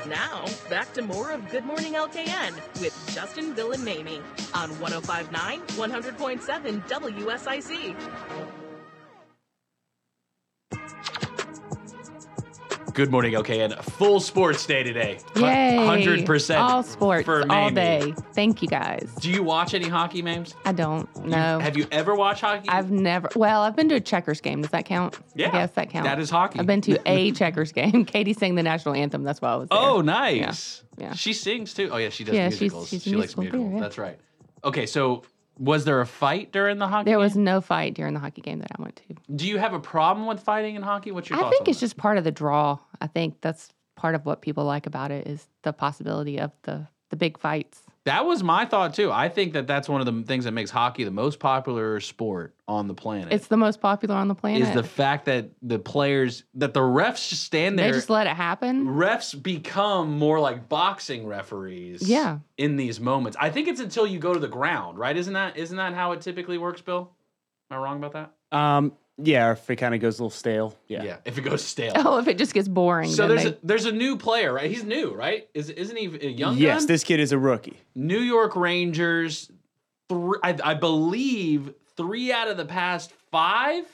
Now, back to more of Good Morning LKN with Justin, Bill, and Mamie on 1059 100.7 WSIC. Good morning, OKN. Full sports day today. Yay. 100%. All sports for all Mamie. day. Thank you guys. Do you watch any hockey, Mames? I don't know. Have you ever watched hockey? I've never. Well, I've been to a checkers game. Does that count? Yeah. I guess that counts. That is hockey. I've been to a checkers game. Katie sang the national anthem. That's why I was there. Oh, nice. Yeah, yeah. She sings too. Oh, yeah, she does Yeah, she's- musicals. she's a she likes musical theater, musicals. yeah. That's right. Okay, so was there a fight during the hockey? There was game? no fight during the hockey game that I went to. Do you have a problem with fighting in hockey? What's your I thoughts think on it's that? just part of the draw. I think that's part of what people like about it is the possibility of the the big fights. That was my thought too. I think that that's one of the things that makes hockey the most popular sport on the planet. It's the most popular on the planet. is the fact that the players that the refs just stand they there just let it happen. refs become more like boxing referees Yeah. in these moments i think it's until you go to the ground right isn't that isn't that how it typically works bill am i wrong about that Um, yeah, if it kind of goes a little stale. Yeah. if it goes stale Oh, if it just gets boring. so then there's a, they- there's a new player right he's new right is isn't he a young yes, gun? this kid is a rookie. new york rangers three, I, I believe three out of the past five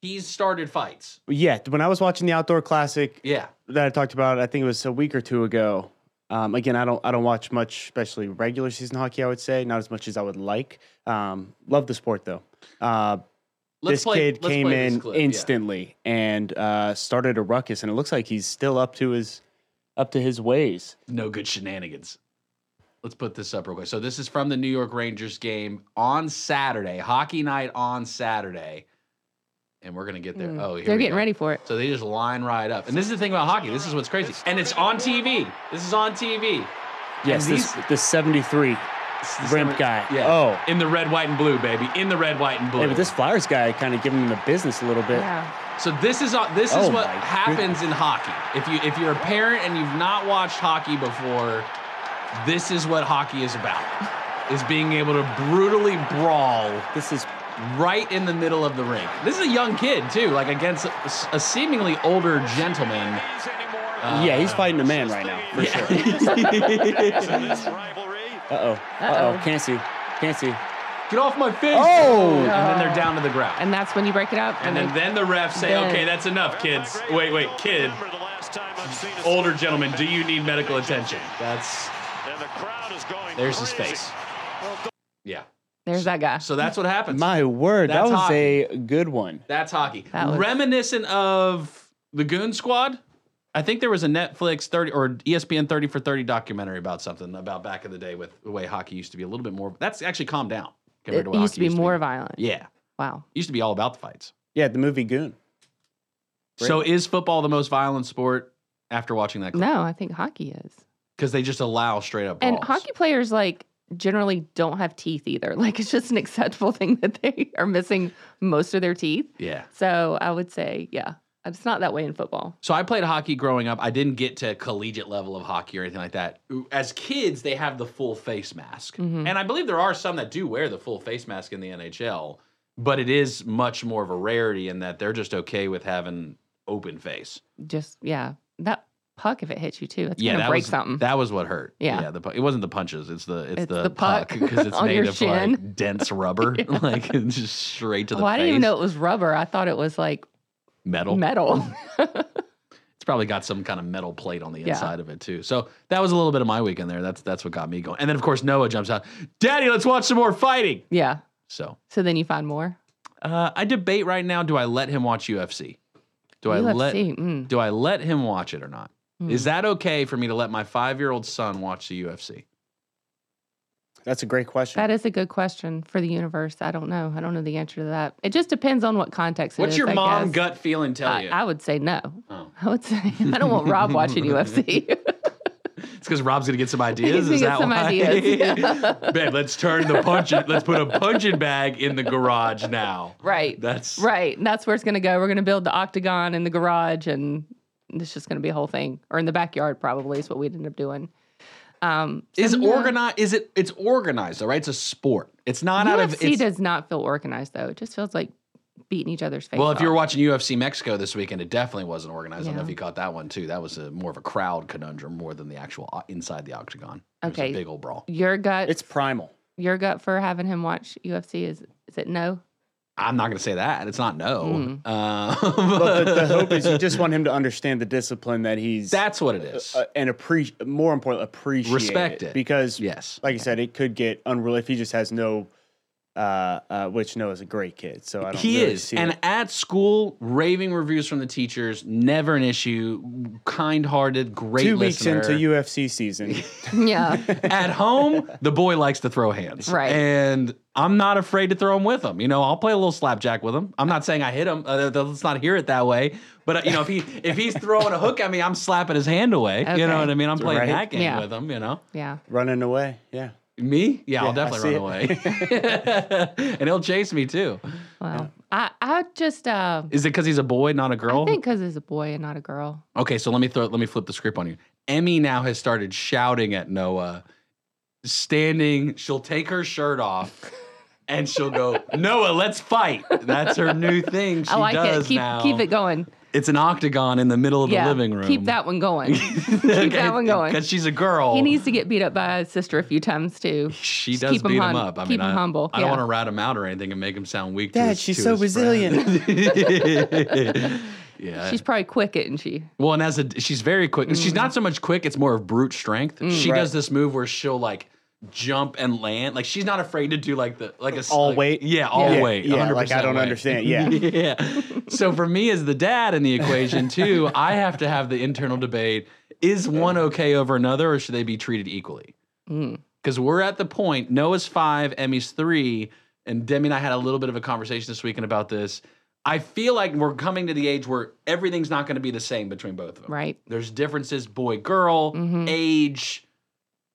he's started fights Yeah, when I was watching the outdoor classic yeah that I talked about, I think it was a week or two ago. Um, again, I don't I don't watch much, especially regular season hockey. I would say not as much as I would like. Um, love the sport though. Uh, let's this play kid let's came play this in clip, yeah. instantly and uh, started a ruckus, and it looks like he's still up to his up to his ways. no good shenanigans. Let's put this up real quick. So this is from the New York Rangers game on Saturday, hockey night on Saturday, and we're gonna get there. Oh, here Hmm. they're we getting go. ready for it. So they just line right up, and this is the thing about hockey. This is what's crazy, and it's on TV. This is on TV. Yes, And this this seventy three It's the Rimp summer- guy. yeah, Oh. in the red, white, and blue, baby, in the red, white, and blue. Yeah, but this Flyers guy kind of giving him the business a little bit. Yeah. So this is uh, this is Oh what my happens in hockey. If you if you're a parent and you've not watched hockey before, this is what hockey is about. Is being able to brutally brawl This is right in the middle of the rink. This is a young kid too, like against a, a seemingly older gentleman. Uh, yeah, he's fighting a man right now for Yeah. sure. Rivalry. Uh oh, uh oh, can't see, can't see. Get off my face! Oh! and then they're down to the ground. And that's when you break it up. And then, then the refs say, Then- okay, that's enough, kids. Wait, wait, kid, older gentleman, do you need medical attention? That's, there's his face. Yeah. there's that guy. So that's what happens. My word, That's that was hockey. a good one. That's hockey. That was- Reminiscent of the Goon Squad. I think there was a Netflix 30 or E ESPN 30 for 30 documentary about something about back in the day with the way hockey used to be a little bit more. That's actually calmed down compared it to what used to hockey be more violent. Yeah. Wow. Used to be all about the fights. Yeah, the movie Goon. So is football the most violent sport after watching that? No, I think hockey is. Because they just allow straight up And brawls. hockey players like generally don't have teeth either. Like it's just an acceptable thing that they are missing most of their teeth. Yeah. So I would say, yeah, it's not that way in football. So I played hockey growing up. I didn't get to collegiate level of hockey or anything like that. As kids, they have the full face mask. Mhm. And I believe there are some that do wear the full face mask in the NHL, but it is much more of a rarity in that they're just okay with having open face. Just yeah, that puck if it hits you too, it's yeah, gonna that break was something. that was what hurt. Yeah. the, pu- it wasn't the punches. It's the it's, It's the, the puck puck because it's on made your of shin. like dense rubber, like it's just straight to the well, Oh, I face. didn't even know it was rubber. I thought it was like metal. metal. It's probably got some kind of metal plate on the Yeah. inside of it too. So that was a little bit of my weekend there. That's that's what got me going. And then of course Noah jumps out, Daddy, let's watch some more fighting. yeah. So So then you find more. uh, I debate right now: do I let him watch UFC? Do I let UFC, mm. do I let him watch it or not? Mm. Is that okay for me to let my five year old son watch the UFC? That's a great question. That is a good question for the universe. I don't know. I don't know the answer to that. It just depends on what context. it What's is, your I mom guess. gut feeling tell I, you? I would say no. Oh. I would say I don't want Rob watching UFC. it's because Rob's gonna get some ideas. Is He's that gonna why? get some Babe, let's turn the punch. let's put a punching bag in the garage now. right. That's right. And that's where it's going to go. We're going to build the octagon in the garage, and it's just going to be a whole thing, or in the backyard probably is what we'd end up doing. Um, so is no. organized is it it's organized though right it's a sport it's not out of UFC it's, does not feel organized though. It just feels like beating each other's face. well if you were off. watching ufc mexico this weekend it definitely wasn't organized i don't know Yeah. if you caught that one too that was a more of a crowd conundrum more than the actual o- inside the octagon It was a Okay. big old brawl your gut, it's primal. your gut for having him watch UFC is is it no? I'm not going to say that. It's not no. Mm. Uh, But the, the hope is you just want him to understand the discipline that he's that's what it is. uh, and appreciate more important appreciate Respect it. because yes. like I said, it could get unreal if he just has no. Uh, uh, which Noah's a great kid, so I don't. He really is. see And it. at school, raving reviews from the teachers, never an issue. Kind hearted, great two listener. weeks into UFC season, Yeah. at home, the boy likes to throw hands. Right. And I'm not afraid to throw him with him. You know, I'll play a little slapjack with him. I'm not saying I hit him. Uh, th- let's not hear it that way. But, uh, you know, if he if he's throwing a hook at me, I'm slapping his hand away. You Okay. know what I mean? I'm playing Right. that game Yeah. with him, you know? yeah. running away. Yeah, Me? Yeah, Yeah, I'll I definitely see run away. and he'll chase me too. Well, I, I just, uh, Is it because he's a boy, not a girl? I think because it's a boy and not a girl. Okay, so let me throw let me flip the script on you. Emmy now has started shouting at Noah, standing, she'll take her shirt off and she'll go, Noah, let's fight. That's her new thing. She Oh, I like it. does Keep now. keep it going. It's an octagon in the middle of yeah. the living room. Keep that one going. keep that one going. Because she's a girl. he needs to get beat up by his sister a few times too. she Just does keep him beat him, hum- up. I keep mean, I, him humble. I don't Yeah. want to rat him out or anything and make him sound weak. to Dad, his- she's to so his friend. yeah, She's probably quick, isn't she? Well, and as a she's very quick. She's not so much quick; it's more of brute strength. she Right. does this move where she'll like jump and land. Like she's not afraid to do like the like a s- All like- weight? Yeah, all yeah, weight. yeah. Like I 100% don't weight. understand. Yeah, yeah. So for me as the dad in the equation too, I have to have the internal debate: is one okay over another, or should they be treated equally? Mm. Because we're at the point Noah's five, Emmy's three, and Demi and I had a little bit of a conversation this weekend about this. I feel like we're coming to the age where everything's not going to be the same between both of them. Right. There's differences boy girl, Mhm. age,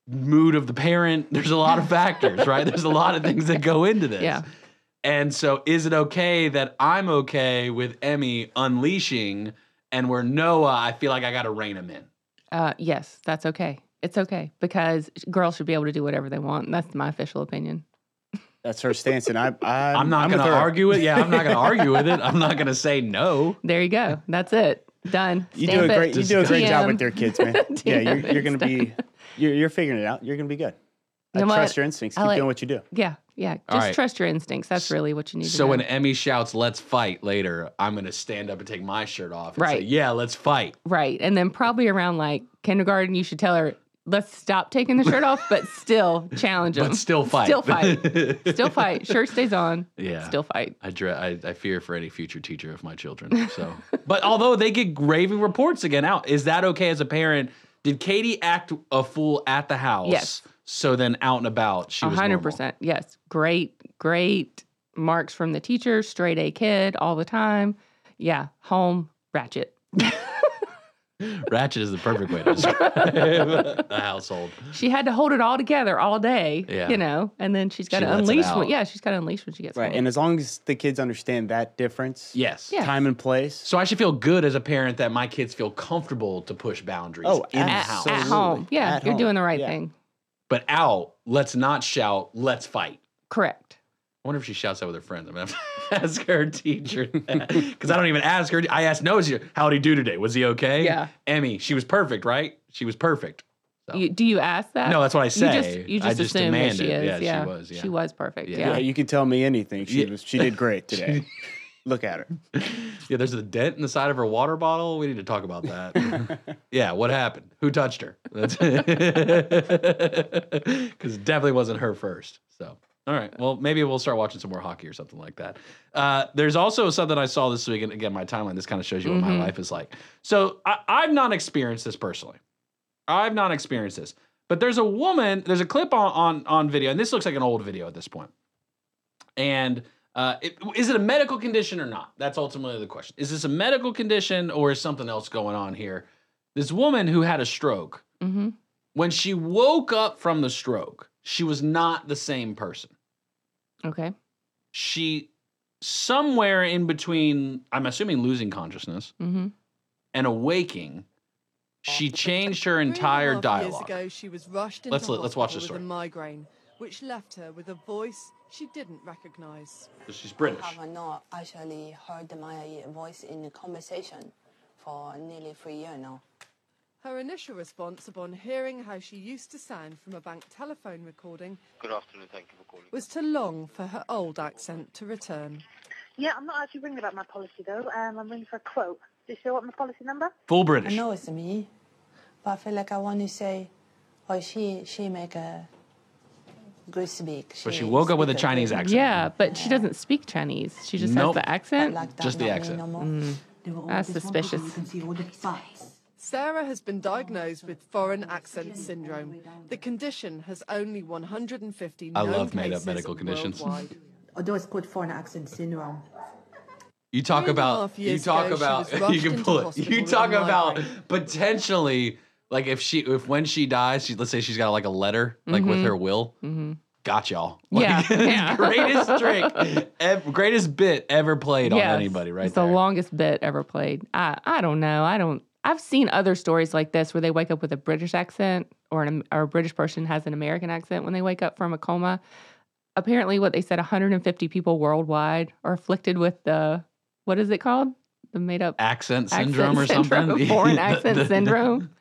mood of the parent. There's a lot of factors, right? There's a lot of things that go into this. Yeah. And so is it okay that I'm okay with Emmy unleashing and where Noah, I feel like I got to rein him in? Uh, yes, that's okay. It's okay because girls should be able to do whatever they want. and That's my official opinion. that's her stance, and I, I I'm, not going to argue with Yeah, I'm not going to argue with it. I'm not going to say no. There you go. That's it. Done. You do Stamp a it. great, you do a great job DM. with your kids, man. yeah, DM you're, you're gonna be, you're, you're figuring it out. You're gonna be good. I You know trust what? your instincts. I Keep like- doing what you do. Yeah, yeah. Just All right. trust your instincts. That's really what you need So to when do. Emmy shouts, let's fight later, I'm going to stand up and take my shirt off and Right. say, yeah, let's fight. Right. And then probably around like kindergarten, you should tell her, let's stop taking the shirt off, but still challenge them. But still fight. Still fight. still fight. Shirt stays on. Yeah. Still fight. I, dre- I I fear for any future teacher of my children. So, but although they get raving reports again out, is that okay as a parent? Did Katie act a fool at the house? Yes. So then out and about, she A was hundred normal. percent. Yes. Great, great marks from the teacher. Straight A kid all the time. Yeah. Home ratchet. Ratchet is the perfect way to describe the household. She had to hold it all together all day. Yeah. You know, and then she's got She to lets it unleash. out. When, yeah, she's got to unleash when she gets Right, home. and as long as the kids understand that difference, Yes. Yeah. time and place. So I should feel good as a parent that my kids feel comfortable to push boundaries Oh, in the at, house. absolutely. at home. Yeah, At you're home. doing the right Yeah. thing. But out, let's not shout, let's fight. Correct. I wonder if she shouts that with her friends. I'm gonna have to ask her teacher because I don't even ask her. I asked Noah's teacher, how'd he do today? Was he okay? Yeah. Emmy, she was perfect, right? She was perfect. So- You, do you ask that? no, that's what I You say. just, you I just, just assume that demanded. she is. Yeah, Yeah, she was. Yeah. She was perfect. Yeah. Yeah. Yeah. you can tell me anything. She Yeah. was, she did great today. Look at her. Yeah, there's a dent in the side of her water bottle. We need to talk about that. yeah, what happened? Who touched her? That's because it definitely wasn't her first. So, all right. Well, maybe we'll start watching some more hockey or something like that. Uh, there's also something I saw this week, and again, my timeline. This kind of shows you what my Mhm. life is like. So, I, I've not experienced this personally. I've not experienced this, but there's a woman. There's a clip on on on video, and this looks like an old video at this point. And uh, it, is it a medical condition or not? That's ultimately the question. Is this a medical condition or is something else going on here? This woman who had a stroke, Mm-hmm. when she woke up from the stroke, she was not the same person. Okay. She, somewhere in between, I'm assuming losing consciousness Mm-hmm. and awaking, she changed her entire dialogue. she was rushed Let's into let- let's watch the hospital with story. a migraine, which left her with a voice she didn't recognize. She's British. I have not actually heard my voice in the conversation for nearly three years now. Her initial response upon hearing how she used to sound from a bank telephone recording Good afternoon. Thank you for calling. was to long for her old accent um, to return. Yeah, I'm not actually ringing about my policy though. Um, I'm ringing for a quote. Do you still want my policy number? Full British. I know it's me, but I feel like I want to say, oh, she she make a good speak. But she woke up with a Chinese accent. Yeah, but she doesn't speak Chinese. She just Nope. has the accent. Just the accent. That's suspicious. Sarah has been diagnosed with foreign accent syndrome. The condition has only 150 I known love made up cases medical conditions. worldwide. Although it's called foreign accent syndrome. You talk Three and a about half you years talk ago, she about was rushed you can into pull it. hospital You with talk a about potentially like if she if when she dies, she, let's say she's got like a letter like with Mhm. her will. Mhm. Got y'all. Yeah, Like, it's yeah. greatest trick, ev- greatest bit ever played Yes, on anybody, right It's there. the longest bit ever played. I I don't know. I don't. I've seen other stories like this where they wake up with a British accent or an Am- or a British person has an American accent when they wake up from a coma. Apparently, what they said, 150 people worldwide are afflicted with the what is it called? The made up accent syndrome or syndrome, something. foreign The- accent the- syndrome.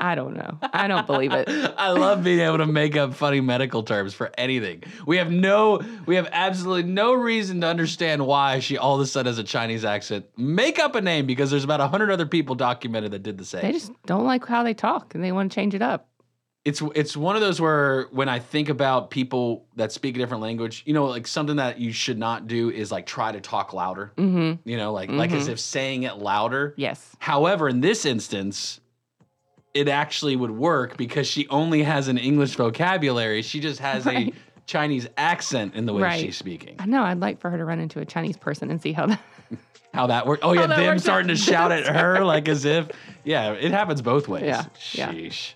I don't know. I don't believe it. I love being able to make up funny medical terms for anything. We have no, we have absolutely no reason to understand why she all of a sudden has a Chinese accent. Make up a name because there's about hundred other people documented that did the same. They just don't like how they talk and they want to change it up. it's it's one of those where when I think about people that speak a different language, you know, like something that you should not do is like try to talk louder. Mm-hmm. You know, like like as Mhm. if saying it louder. Yes. However, in this instance, it actually would work because she only has an English vocabulary. She just has Right. a Chinese accent in the way Right. she's speaking. I know. I'd like for her to run into a Chinese person and see how that. How that works? Oh How yeah, that them works out. starting to shout at her like as if. Yeah, it happens both ways. Yeah, yeah. Sheesh.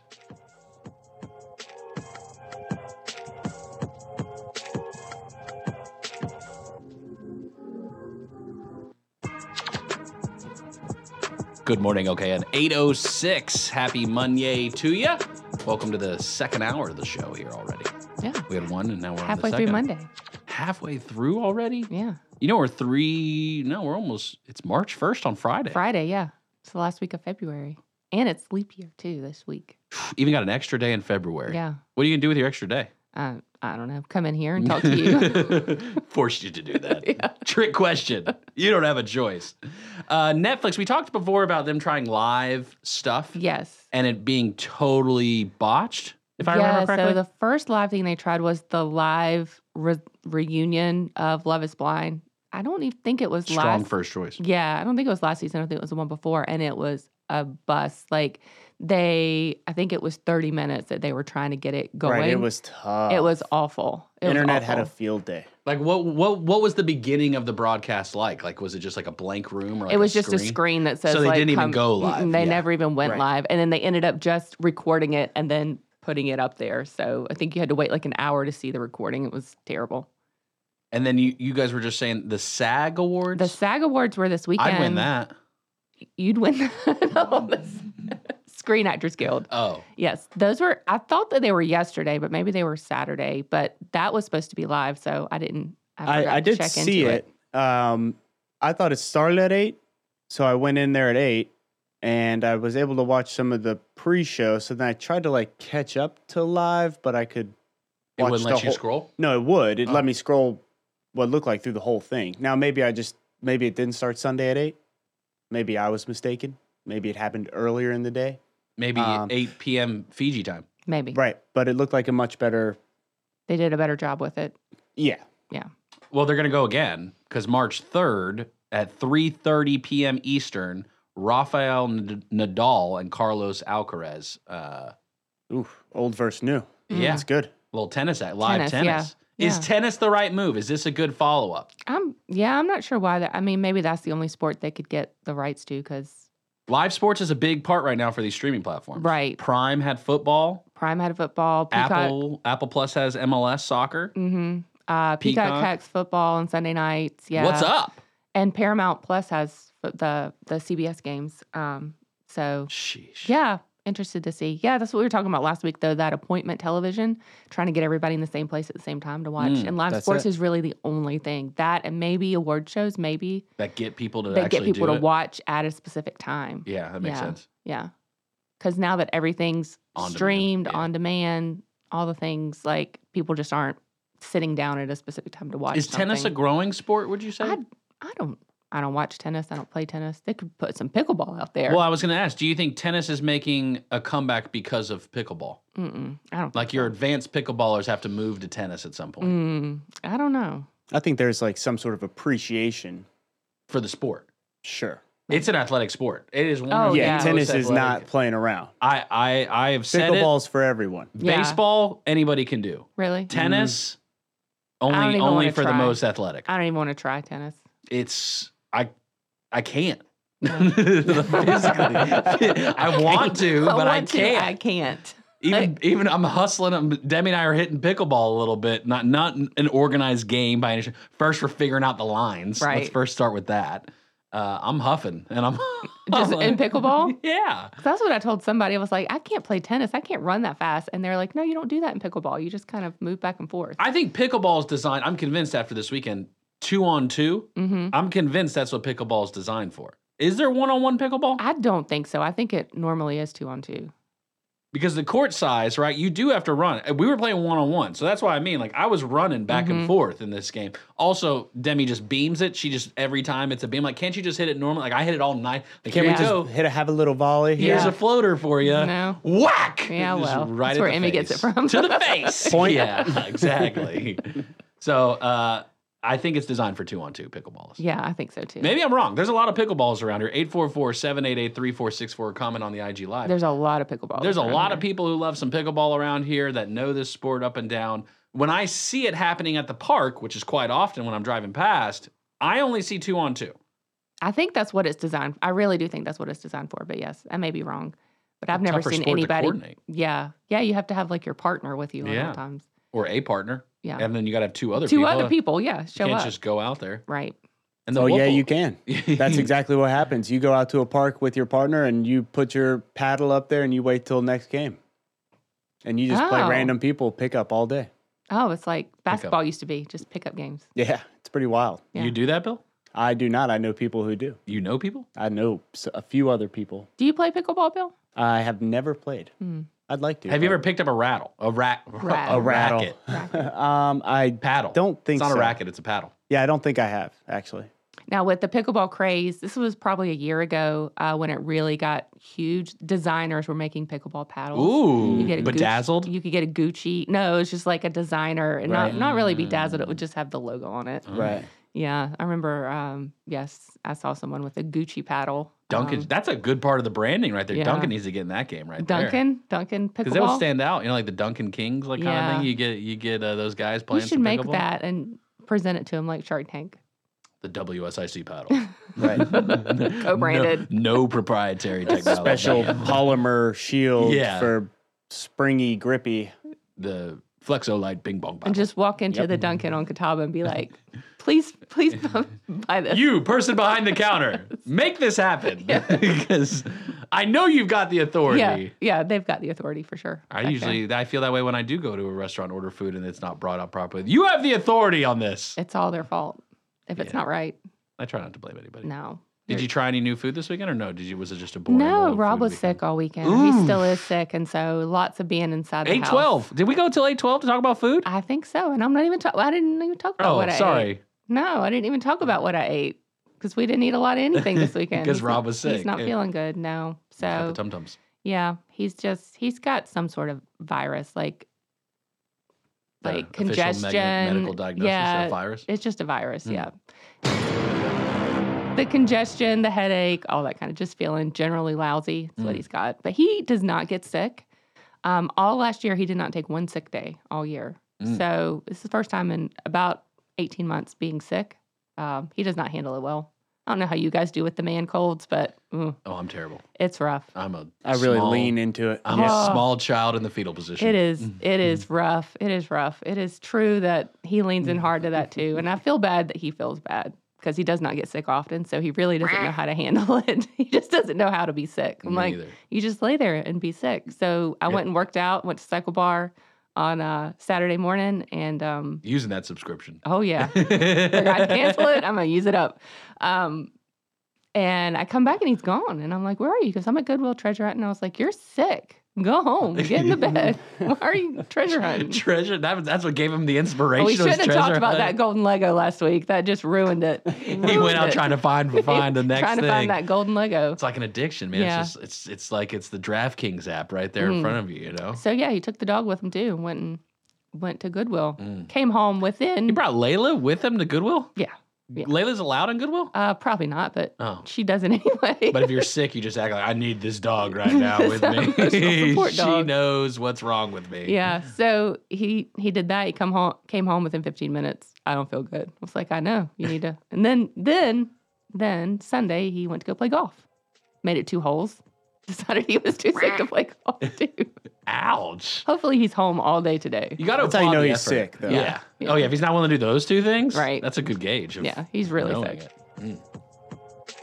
Good morning, okay, and 806. Happy Monday to you. Welcome to the second hour of the show here already. Yeah. We had one and now we're on the Halfway second. through Monday. Halfway through already? Yeah. You know, we're three, no, we're almost, it's March 1st on Friday. Friday, yeah. It's the last week of February. And it's leap year too this week. Even got an extra day in February. Yeah. What are you going to do with your extra day? Um, I don't know. Come in here and talk to you. Forced you to do that. Trick question. You don't have a choice. Uh, Netflix, we talked before about them trying live stuff yes. and it being totally botched, if I yeah, remember correctly. so the first live thing they tried was the live re- reunion of Love is Blind. I don't even think it was Strong last first choice. Yeah, I don't think it was last season. I think it was the one before, and it was a bust. Like they, I think it was thirty minutes that they were trying to get it going. Right, it was tough. It was awful. It was Internet had a awful. field day. Like what what what was the beginning of the broadcast like? Like was it just like a blank room or like it was a just a screen that says So they like, didn't even come- go live. Mm, They Yeah. never even went Right. live, and then they ended up just recording it and then putting it up there. So I think you had to wait like an hour to see the recording. It was terrible. And then you you guys were just saying the SAG awards. The SAG Awards were this weekend. I'd win that. You'd win that on the s- Screen Actors Guild. Oh, Yes, those were. I thought that they were yesterday, but maybe they were Saturday. But that was supposed to be live, so I didn't. I, forgot I, I to did check see into it. Um, I thought it started at eight, so I went in there at eight, and I was able to watch some of the pre-show. So then I tried to like catch up to live, but I could. it wouldn't the let you whole- scroll. No, it would. It Oh. let me scroll what looked like through the whole thing. Now maybe I just maybe it didn't start Sunday at eight. Maybe I was mistaken. Maybe it happened earlier in the day. Maybe Um, 8 p.m. Fiji time. Maybe Right, but it looked like a much better. they did a better job with it. Yeah, Well, they're gonna go again because March 3rd at 3:30 p.m. Eastern, Rafael N- Nadal and Carlos Alcaraz. Uh, ooh, old versus new. Yeah, It's good. little tennis at live tennis. Tennis, yeah. Is Yeah. tennis the right move? Is this a good follow up? I'm. Yeah, I'm not sure why that. I mean, maybe that's the only sport they could get the rights to because Live sports is a big part right now for these streaming platforms. right, Prime had football. Prime had football, Peacock, Apple Apple Plus has MLS soccer. hmm uh, Peacock, Peacock. Cats football on Sunday nights. Yeah, What's up? And Paramount Plus has f- the the CBS games. Um, so Sheesh. Yeah, interested to see. Yeah, that's what we were talking about last week, though. That appointment television, trying to get everybody in the same place at the same time to watch. Mm, and live that's sports it. is really the only thing that, and maybe award shows, maybe That get people to they actually get people do to it. watch at a specific time. Yeah, that makes Yeah. sense. Yeah, because now that everything's On demand, streamed on demand, all the things like people just aren't sitting down at a specific time to watch. Is tennis a something. growing sport? Would you say? I, I don't. I don't watch tennis. I don't play tennis. They could put some pickleball out there. Well, I was going to ask. Do you think tennis is making a comeback because of pickleball? Mm-mm, I don't. Like your advanced pickleballers have to move to tennis at some point Mm, I don't know. I think there's like some sort of appreciation for the sport. Sure. It's an athletic sport. It is Oh, one. of yeah, the most tennis is athletic- not playing around. I I I have said it. Pickleball's for everyone. Yeah. Baseball, anybody can do. Really? Tennis, I don't only even only wanna for the try. most athletic. I don't even want to try tennis. It's I I can't. Physically, I want to, but I, want to, can't. I can't. Even even I'm hustling. i Demi and I are hitting pickleball a little bit. Not not an organized game by any. First, we're figuring out the lines. Let's Right. first start with that. Uh, I'm huffing and I'm Just I'm like, in pickleball? Oh. Yeah. That's what I told somebody. I was like, I can't play tennis. I can't run that fast. And they're like, no, you don't do that in pickleball. You just kind of move back and forth. I think pickleball is designed. I'm convinced after this weekend, two on 2 Mhm. I'm convinced that's what pickleball is designed for. Is there one on one pickleball? I don't think so. I think it normally is two on two. Because the court size, right? You do have to run. We were playing one on one, so that's why I mean, like, I was running back and Mhm. forth in this game. Also, Demi just beams it. She just every time it's a beam. Like, can't you just hit it normally? Like, I hit it all night. Like, Can here we just go. hit a, have a little volley? Here's a floater for you. No. Uh, Whack. Yeah, Just well, right that's at where the Emmy gets it face. from. to the face. Point. Yeah, exactly. so, uh, I think it's designed for two on two pickleball. Yeah, I think so too. Maybe I'm wrong. There's a lot of pickleballs around here. 844 788 3464. Comment on the IG Live. There's a lot of pickleball. There's a lot of people who love some pickleball around here that know this sport up and down. When I see it happening at the park, which is quite often when I'm driving past, I only see two on two. I think that's what it's designed. I really do think that's what it's designed for. But yes, I may be wrong. But I've never tougher seen sport to anybody. coordinate. Yeah, yeah. You have to have like your partner with you at Yeah. all times. Or a partner. Yeah. And then you got to have two other Two people. other people. Yeah, You show can't up. just go out there. right. And oh yeah, Whipple- you can. That's exactly what happens. You go out to a park with your partner and you put your paddle up there and you wait till next game, and you just play Oh. random people pick up all day. Oh, it's like basketball used to be just pickup games. Yeah, it's pretty wild. Yeah. You do that, Bill? I do not. I know people who do. You know people? I know s- a few other people. Do you play pickleball, Bill? I have never played. Hmm. I'd like to. Have you ever picked up a rattle? A rat? Rattle. A a rattle? racket. um, I paddle. Don't think It's not so. a racket, it's a paddle. Yeah, I don't think I have actually. Now, with the pickleball craze, this was probably a year ago uh, when it really got huge. Designers were making pickleball paddles. Ooh, a bedazzled? Gucci, you could get a Gucci. No, it's just like a designer, and Right. not not really bedazzled. It would just have the logo on it. Oh, Right. Yeah, I remember. Um, yes, I saw someone with a Gucci paddle. Duncan, Um, that's a good part of the branding right there. yeah. Duncan needs to get in that game right there. Duncan, Duncan because that would pickleball. stand out. You know, like the Duncan Kings, like kind Yeah. of thing. You get you get uh, those guys you playing. should some make pickleball. that and present it to him like Shark Tank. the WSIC paddle, Right. Co-branded. No, no proprietary technology. Special polymer shield Yeah. for springy, grippy. the Flexolite Bing Bong And paddle. just walk into Yep. the Duncan on Catawba and be like, please, please buy this. You person behind the counter, make this happen because I know you've got the authority. Yeah, yeah, they've got the authority for sure. I back there. usually I feel that way when I do go to a restaurant order food and it's not brought up properly. You have the authority on this. it's all their fault if it's Yeah. not right. I try not to blame anybody. No. Did you try any new food this weekend or no? Did you was it just a boring? no, old Rob food was weekend? sick all weekend. He still is sick, and so lots of being inside the house. 812. Did we go till 812 to talk about food? I think so, and I'm not even. Ta- I didn't even talk about Oh, what I sorry. ate. No, I didn't even talk about what I ate because we didn't eat a lot of anything this weekend. 'Cause He's Rob not- was sick, He's not yeah. feeling good. No, Got so the tum-tums. yeah, he's just he's got some sort of virus, like The like official medi- congestion. medical diagnosis of yeah, virus? Hmm. It's just a virus. Yeah. The congestion, the headache, all that kind of just feeling generally lousy. That's what Mm. he's got. But he does not get sick. Um, all last year, he did not take one sick day all year. Mm. So this is the first time in about 18 months being sick. Um, he does not handle it well. I don't know how you guys do with the man colds, but mm, Oh, I'm terrible. it's rough. I'm a. I really small- lean into it. I'm Yeah. a small child in the fetal position. Mm. It is. Mm-hmm. It is rough. It is rough. It is true that he leans in hard to that too, and I feel bad that he feels bad because he does not get sick often, so he really doesn't know how to handle it. he just doesn't know how to be sick. I'm Me like, neither. you just lay there and be sick. So I went and worked out, went to cycle bar on uh, Saturday morning, and um, Using that subscription. oh yeah, Like, I cancel it. I'm gonna use it up. Um, And I come back and he's gone. And I'm like, where are you? Because I'm at Goodwill treasure hunting. I was like, you're sick. Go home. Get in the bed. Why are you treasure hunting? treasure. That, that's what gave him the inspiration. Oh, we was shouldn't have treasure talked about hunt. that golden Lego last week. That just ruined it. He went out trying to find find the next trying to thing. find that golden Lego. It's like an addiction, man. Yeah. It's just it's it's like it's the DraftKings app right there in Mm. front of you. You know. So yeah, he took the dog with him too. and Went and went to Goodwill. Came home within. You Mm. brought Layla with him to Goodwill. Yeah. yeah. Layla's allowed in Goodwill. Uh, probably not, but Oh. she doesn't anyway. But if you're sick, you just act like I need this dog right now with Emotional me. support she dog. knows what's wrong with me. yeah. So he he did that. He come home came home within 15 minutes. I don't feel good. I was like, I know you need to. And then then then Sunday he went to go play golf. Made it two holes. Decided he was too sick to play golf too. Ouch. Hopefully he's home all day today. You got to. That's how you applaud know the he's effort. sick, though. Yeah. Yeah. Oh yeah. If he's not willing to do those two things, Right. That's a good gauge. Of Yeah, he's really knowing sick. it. Mm.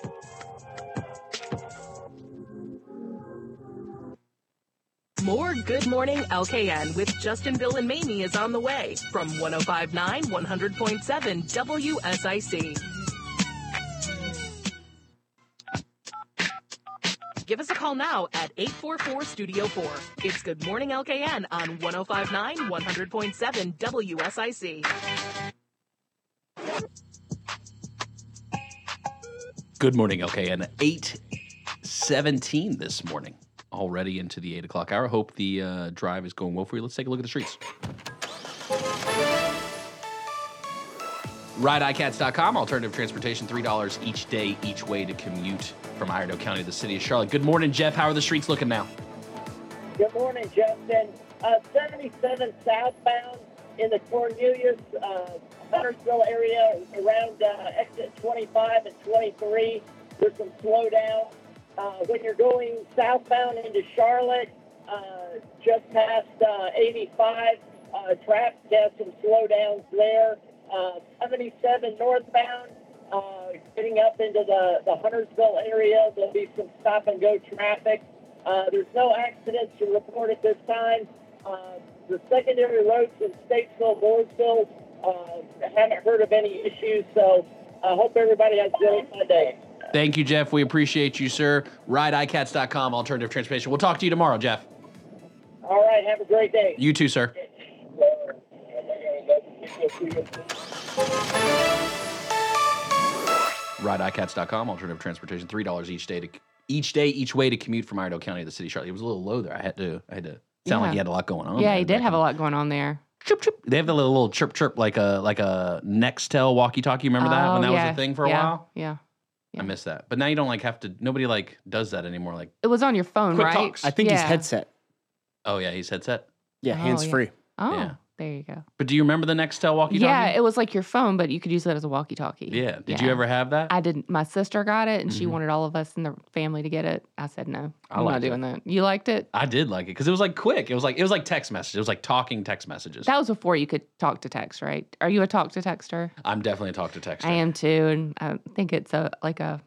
More Good Morning LKN with Justin, Bill, and Mamie is on the way from 1059 100.7 WSIC. Give us a call now at 844 Studio 4. It's Good Morning LKN on 1059 100.7 WSIC. Good morning, LKN. Eight seventeen this morning. Already into the eight o'clock hour. Hope the uh, drive is going well for you. Let's take a look at the streets. RideICats.com, alternative transportation, $3 each day, each way to commute from Iredell County to the city of Charlotte. Good morning, Jeff. How are the streets looking now? Good morning, Justin. Uh, 77 southbound in the Cornelius, uh, Huntersville area around uh, exit 25 and 23. There's some slowdown. Uh, when you're going southbound into Charlotte, uh, just past uh, 85, uh, traffic has some slowdowns there. Uh, 77 northbound, uh, getting up into the, the Huntersville area, there'll be some stop and go traffic. Uh, there's no accidents to report at this time. Uh, the secondary roads in Statesville, Mooresville, uh, haven't heard of any issues, so I hope everybody has a good Monday. Thank you, Jeff. We appreciate you, sir. RideICats.com, alternative transportation. We'll talk to you tomorrow, Jeff. All right, have a great day. You too, sir. RideICats.com, alternative transportation, three dollars each day to each day, each way to commute from Iredell County to the city of Charlotte. It was a little low there. I had to, I had to sound like Yeah. he had a lot going Oh on. yeah, there. he did have a lot going on there. Chirp, chirp. They have the little, little chirp chirp like a like a Nextel walkie talkie. Remember that when Oh, that yeah, was a thing for a yeah, while? Yeah. I miss that. But now you don't like have to. Nobody like does that anymore. Like It was on your phone, quick right? talks. Yeah. Oh yeah, he's headset. Yeah, Oh, hands-free. Oh, Yeah. there you go. But do you remember the Nextel walkie talkie? Yeah, it was like your phone, but you could use it as a walkie-talkie. Yeah. Did you ever have that? I didn't. My sister got it, and she Mhm. wanted all of us in the family to get it. I said no. I I'm not liked it. doing that. You liked it? I did like it because it was like quick. It was like it was like text messages. It was like talking text messages. That was before you could talk to text, right? Are you a talk to texter? I'm definitely a talk to text. I am too, and I think it's a like a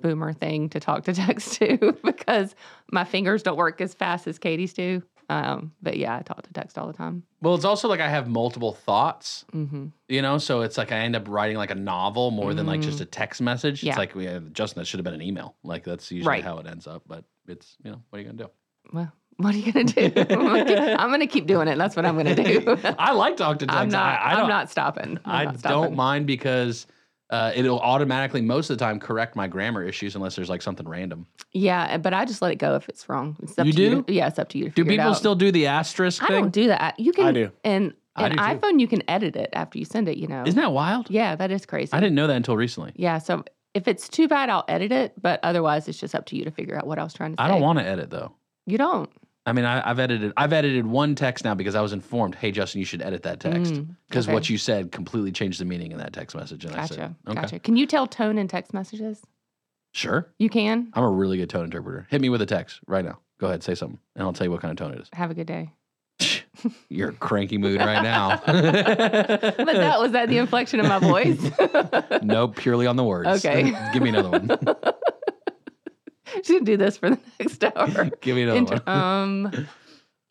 boomer thing to talk to text too because my fingers don't work as fast as Katie's do. Um, but yeah, I talk to text all the time. Well, it's also like I have multiple thoughts, Mm-hmm. you know. So it's like I end up writing like a novel more than like just Mm. a text message. Yeah. It's like we have, Justin, that should have been an email. Like that's usually Right. how it ends up. But it's you know what are you gonna do? Well, what are you gonna do? I'm gonna keep- I'm gonna keep doing it. That's what I'm gonna do. I like talk to text. I'm not. I, I am don't, not stopping. I'm I not don't stopping. mind because uh, it'll automatically most of the time correct my grammar issues unless there's like something random. Yeah, eh, but I just let it go if it's wrong. It's up You to You. Yeah, it's up to you. To Do figure it people out. still do the asterisk I thing? don't do that. You can. do. And I an do too. iPhone, you can edit it after you send it. You know. Isn't that wild? Yeah, that is crazy. I didn't know that until recently. Yeah. So if it's too bad, I'll edit it. But otherwise, it's just up to you to figure out what I was trying to say. I don't want to edit though. You don't. I mean, I, I've edited. I've edited one text now because I was informed. Hey, Justin, you should edit that text Mm, because okay. what you said completely changed the meaning in that text message. And I Gotcha. said, "Okay, Gotcha. Can you tell tone in text messages? sure." You can. I'm a really good tone interpreter. Hit me with a text right now. Go ahead, say something, and I'll tell you what kind of tone it is. Have a good day. You're in a cranky mood right now. but that was that the inflection of my voice. no, purely on the words. Okay. Give me another one. Should do this for the next hour. Give me another Inter- one. um,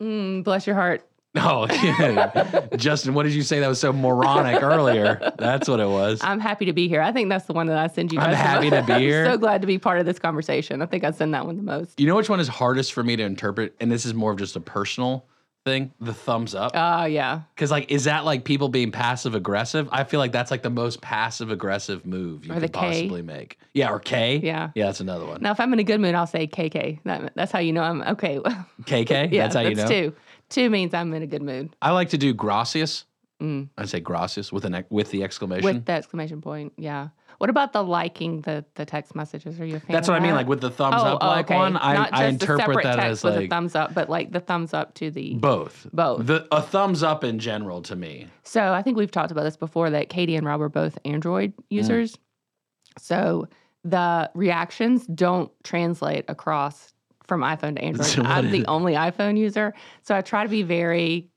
mm, bless your heart. Oh, yeah. Justin, what did you say that was so moronic earlier? That's what it was. I'm happy to be here. I think that's the one that I send you. I'm guys the happy to most. be I'm here. so glad to be part of this conversation. I think I send that one the most. You know which one is hardest for me to interpret? And this is more of just a personal thing the thumbs up. Oh yeah. Because, like, is that like people being passive aggressive? I feel like that's like the most passive aggressive move you Or the could K. possibly make. Yeah, or K. Yeah. Yeah, that's another one. Now, if I'm in a good mood, I'll say KK. That, that's how you know I'm okay. KK? yeah, that's how you know. two. Two means I'm in a good mood I like to do gracias. Mm. I say gracias with an ex- with the exclamation. with the exclamation point. Yeah. What about the liking the the text messages? Are you a fan? That's of what I mean, that? like, with the thumbs Oh, up, like, okay. one, I- Not I just interpret the separate that text as, with a like- thumbs up, but like the thumbs up to the E. both. Both. The, a thumbs up in general to me. So I think we've talked about this before that Katie and Rob are both Android users. So the reactions don't translate across from iPhone to Android. So what I'm is the it? only iPhone user. So I try to be very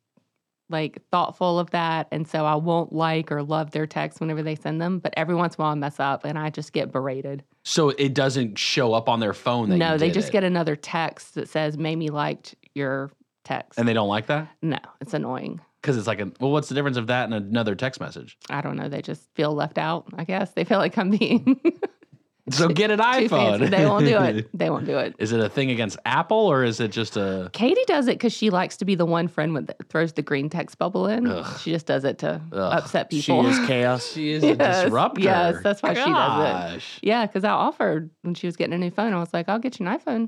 like thoughtful of that. And so I won't like or love their text whenever they send them. But every once in a while I mess up and I just get berated. So it doesn't show up on their phone. That No, Oh, you they did just it. get another text that says, Mamie liked your text. and they don't like that No, it's annoying. because it's like, a, well, what's the difference of that and another text message? I don't know. They just feel left out, I guess. They feel like I'm being So get an too iPhone. fancy. They won't do it. They won't do it. Is it a thing against Apple or is it just a? Katie does it because she likes to be the one friend with that throws the green text bubble in. Ugh. She just does it to Ugh. upset She people. is chaos. She is a disruptor. Yes, that's why she does Gosh. it. Yeah, because I offered when she was getting a new phone, I was like, "I'll get you an iPhone,"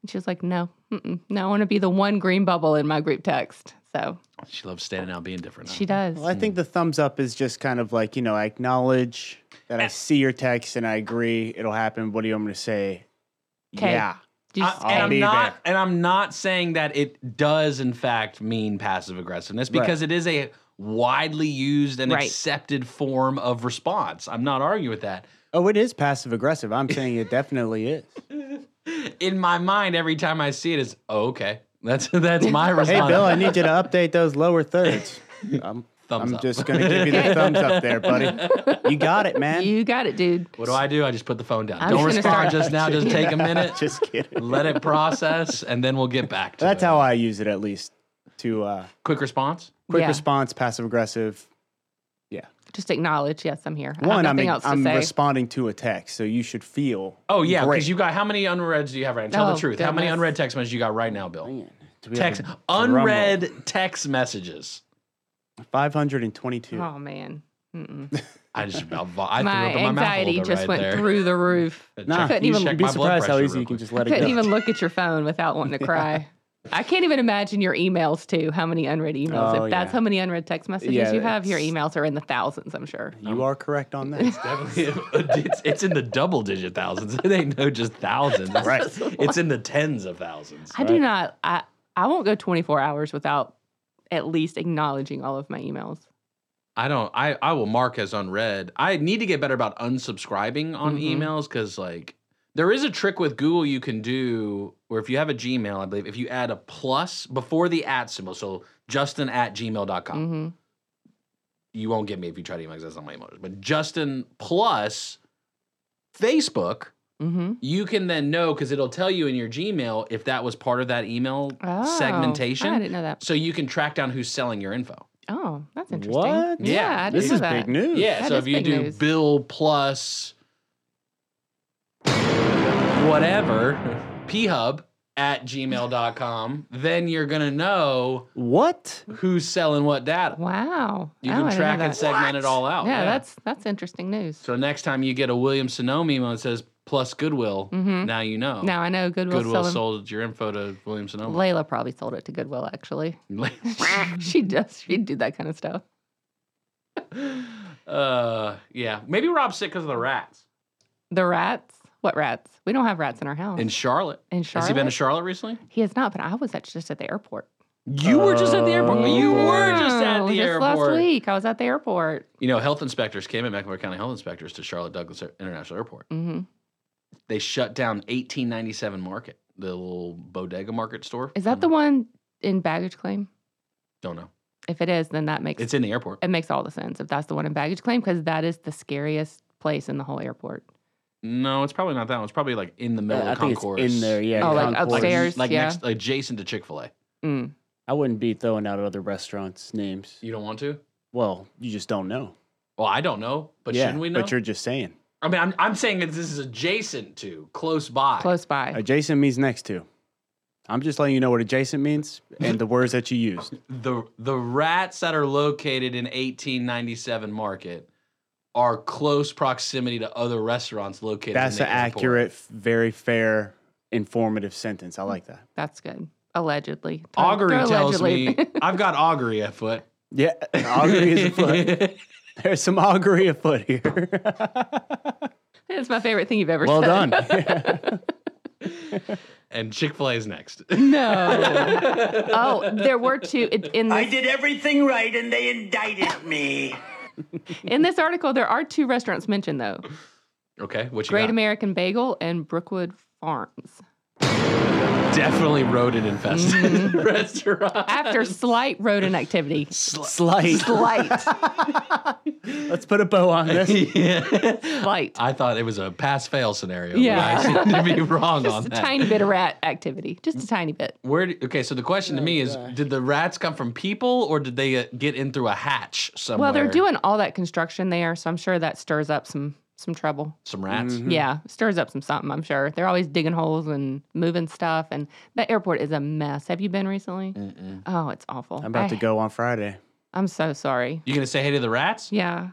and she was like, "No, mm-mm, no, I want to be the one green bubble in my group text." So She loves standing out, being different. she does. Well, I think the thumbs up is just kind of like, you know, I acknowledge that I see your text and I agree it'll happen. What do you want me to say? 'Kay. Yeah. I- and I'm not, and I'm not saying that it does in fact mean passive aggressiveness Right. because it is a widely used and Right. accepted form of response. I'm not arguing with that. Oh, it is passive aggressive. I'm saying it definitely is. In my mind, every time I see it, is oh, okay. That's that's my response. Hey, Bill, I need you to update those lower thirds. I'm, Thumbs I'm up. just going to give you the thumbs up there, buddy. You got it, man. You got it, dude. What do I do? I just put the phone down. I'm Don't just gonna respond start- just now. Just take a minute. just kidding. Let it process, and then we'll get back to That's how I use it, at least, to uh, quick response. Quick Yeah. response, passive aggressive. Just acknowledge, yes, I'm here. One, I have I'm, nothing else to I'm say. responding to a text, so you should feel. Oh yeah, great. because you got how many unreads do you have right now? Tell Oh, the truth. How many goodness. unread text messages you got right now, Bill? Do we have Text a drum roll? unread text messages. 522. Oh man. Mm-mm. I just I, vo- I threw my up in my mouth anxiety holder just right went there. through the roof. Check- I couldn't you even check be my blood surprised how pressure easy real you can quick. just let it couldn't go. even look at your phone without wanting to cry. I can't even imagine your emails too. How many unread emails? Oh, if that's yeah. how many unread text messages Yeah, you have, your it's- emails are in the thousands. I'm sure. You are correct on that. Definitely, it's, it's in the double digit thousands. It ain't no just thousands. It's, Right. it's in the tens of thousands. I do not. I I won't go 24 hours without at least acknowledging all of my emails. I don't. I I will mark as unread. I need to get better about unsubscribing on Mhm. emails because like there is a trick with Google you can do where if you have a Gmail, I believe if you add a plus before the at symbol, so Justin at gmail.com. Mm-hmm. You won't get me if you try to email 'cause that's not my email. address, But Justin plus Facebook, Mm-hmm. you can then know because it'll tell you in your Gmail if that was part of that email Oh, segmentation. I didn't know that. So you can track down who's selling your info. Oh, that's interesting. What? Yeah, I didn't This know is that. big news. Yeah, That so is if you big do news. Bill plus whatever, phub at gmail.com, then you're going to know what who's selling what data. Wow, You Oh, I can didn't know track and that. segment it all out. Yeah, that's that's interesting news. So next time you get a Williams Sonoma email that says plus Goodwill, Mhm. now you know. Now I know Goodwill Goodwill selling- sold your info to Williams Sonoma. Layla probably sold it to Goodwill. Actually, she does. She'd do that kind of stuff. uh, yeah. Maybe Rob's sick because of the rats. The rats? What rats? We don't have rats in our house. In Charlotte. Oh. In Has he been to Charlotte? Charlotte recently? he has not, but I was at, just at the airport. You were just at the airport. You were just at No, the just airport. Oh. last week. I was at the airport. You know, health inspectors came in, Mecklenburg County health inspectors to Charlotte Douglas Air- International Airport. hmm They shut down 1897 Market, the little bodega market store. Is that the one in baggage claim? Don't know. If it is, then that makes It's in the airport. it makes all the sense if that's the one in baggage claim because that is the scariest place in the whole airport. No, it's probably not that one. It's probably like in the middle Uh, I of think it's concourse. in there, yeah, Oh, like concourse. upstairs, Like, yeah. next, adjacent to Chick fil A. Mm. I wouldn't be throwing out other restaurants' names. You don't want to? Well, you just don't know. Well, I don't know, but Yeah, shouldn't we know? But you're just saying. I mean, I'm, I'm saying that this is adjacent to, close by. Close by. Adjacent means next to. I'm just letting you know what adjacent means and the words that you used. The the rats that are located in 1897 Market are close proximity to other restaurants located. That's in an the airport. accurate, very fair, informative sentence. I like that. That's good. Allegedly. Augury Oh, They're tells allegedly- me I've got augury afoot. Yeah, augury is afoot. There's some augury afoot here. it's my favorite thing you've ever Well said. done. And Chick Fil A is next. No. oh, there were two in- in this. I did everything right and they indicted me. In this article, there are two restaurants mentioned though: Okay, what you Great got? American Bagel and Brookwood Farms. Definitely rodent infested restaurant. After slight rodent activity, slight, slight, Mm-hmm. Let's put a bow on this. slight, I thought it was a pass fail scenario. but Yeah. I seem to be wrong just on a that. tiny bit of rat activity, just a tiny bit. Where? do- okay, so the question Oh, to me is: Did the rats come from people, or did they uh, get in through a hatch somewhere? Well, they're doing all that construction there, so I'm sure that stirs up some some trouble. some rats. Yeah, stirs up some something. I'm sure they're always digging holes and moving stuff, and that airport is a mess. Have you been recently? Mm. Oh, it's awful. I'm about to go on Friday. I'm so sorry. You gonna say hey to the rats? Yeah,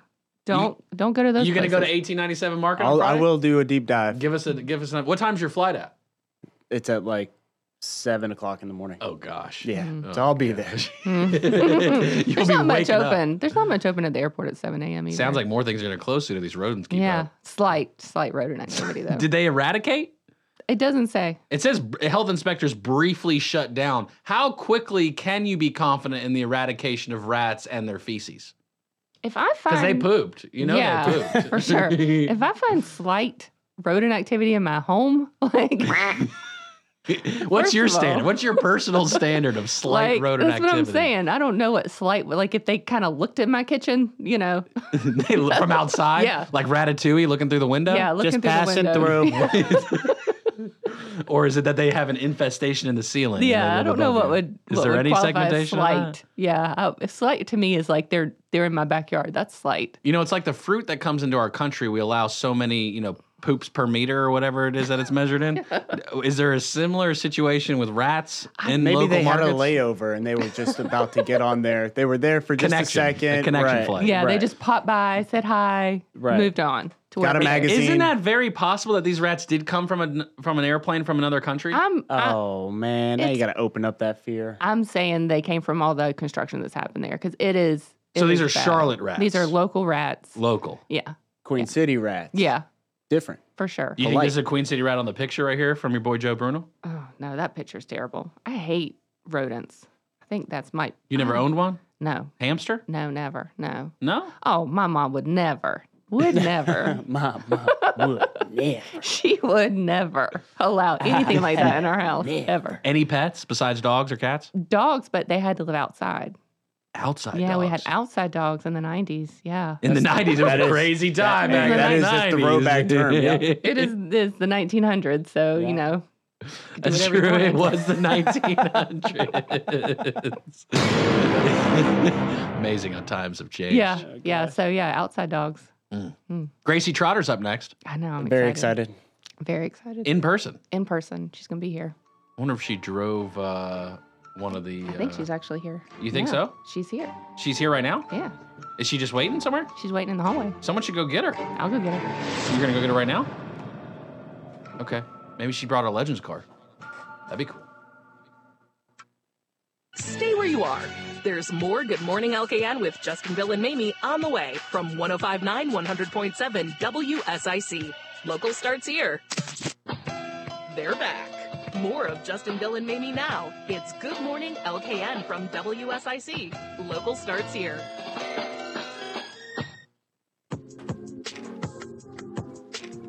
don't don't go to those. you gonna go to places. 1897 Market? on I'll, I Friday? will do a deep dive. Give us a give us a. What time's your flight at? It's at like seven o'clock in the morning. Oh gosh. Oh, Yeah. Mm. So I'll be there. Mm-hmm. You'll There's be not much waking up. open. There's not much open at the airport at 7 a.m. Either. Sounds like more things are gonna close soon if these rodents keep. yeah, slight slight rodent activity though. Did they eradicate? it doesn't say. It says b- health inspectors briefly shut down. How quickly can you be confident in the eradication of rats and their feces? If I find Because they pooped. You know yeah, they pooped. for sure. If I find slight rodent activity in my home, like What's First your of all- standard? What's your personal standard of slight like rodent that's what I'm activity? saying. I don't know what slight. Like if they kind of looked at my kitchen, you know, They look from outside, Yeah. like Ratatouille, looking through the window. Yeah, looking Just through the passing window. through. or is it that they have an infestation in the ceiling? and they Yeah, I live don't know above what you? would. Is what there would any qualify as segmentation? on that? Slight. Yeah, I, slight to me is like they're they're in my backyard. That's slight. You know, it's like the fruit that comes into our country. We allow so many, you know, poops per meter or whatever it is that it's measured in. is there a similar situation with rats in Maybe local they markets? had a layover and they were just about to get on there. They were there for just Connection. a A second. connection right. flight. Yeah, they right. just popped by, said hi, Right. moved on. Got To a wherever they- magazine. Isn't that very possible that these rats did come from an from an airplane from another country? I'm I- Oh man, now you It's- got to open up that fear. I'm saying they came from all the construction that's happened there because it is. it So these is are bad. Charlotte rats. These are local rats. local. Yeah, Queen City rats. yeah, Different. for sure. You think there's a Queen City rat on the picture right here from your boy Joe Bruno? oh no, that picture's terrible. I hate rodents. I think that's my. You never I- owned one? No, Hamster? no, never, no. No. Oh, my mom would never, would never. Mom, mom would never. she would never allow anything like that in our house ever. Any pets besides dogs or cats? Dogs, but they had to live outside. Outside. yeah, dogs. we had outside dogs in the 90s. Yeah. In the nineties, it was That a is- crazy time. that- back that in is just the 90s. throwback term, yeah. It is it's the 1900s, so you know. do That's whatever you true. It want. was the 1900s. Amazing how times have changed. Yeah, yeah. So yeah, outside dogs. Gracie Trotter's up next I know. I'm Very excited. Very excited. in person. In person, she's gonna be here. I wonder if she drove uh, one of the. I think uh, she's actually here. you think Yeah, so? She's here. She's here right now. Yeah, Is she just waiting somewhere? she's waiting in the hallway. Someone should go get her. I'll go get her. You're gonna go get her right now. Okay. Maybe she brought her Legends card. That'd be cool. Stay where you are. There's more Good Morning LKN with Justin, Bill, and Mamie on the way from 1059 100.7 WSIC. Local starts here. They're back. More of Justin, Bill, and Mamie now. It's Good Morning LKN from WSIC. Local starts here.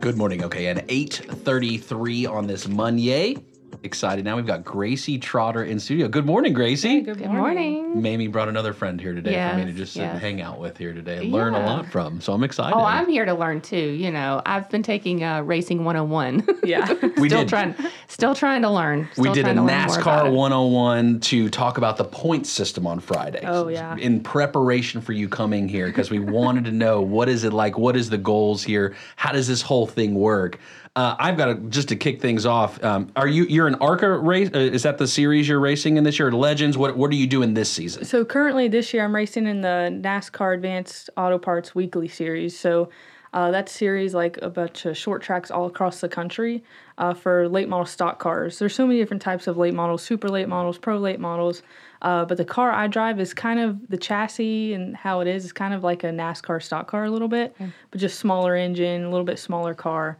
Good morning, okay, and 8.33 on this Monday. Excited. Now we've got Gracie Trotter in studio. Good morning, Gracie. good morning. Mamie brought another friend here today for me to Yes, just sit and yes. hang out with here today and learn a Yeah. lot from. So I'm excited. Oh, I'm here to learn too. You know, I've been taking uh, racing 101. Yeah, still We did. trying, still trying to learn. we Still did a trying to learn more about NASCAR it. 101 to talk about the point system on Friday. Oh, yeah. In preparation for you coming here, because we wanted to know what is it like? What is the goals here? How does this whole thing work? Uh, I've got to just to kick things off. Um, are you you're an ARCA race? Uh, is that the series you're racing in this year? Legends? What what are you doing this season? So currently this year I'm racing in the NASCAR Advanced Auto Parts Weekly Series. So uh, that series like a bunch of short tracks all across the country uh, for late model stock cars. There's so many different types of late models, super late models, pro late models. Uh, but the car I drive is kind of the chassis and how it is is kind of like a NASCAR stock car a little bit, Hmm. but just smaller engine, a little bit smaller car.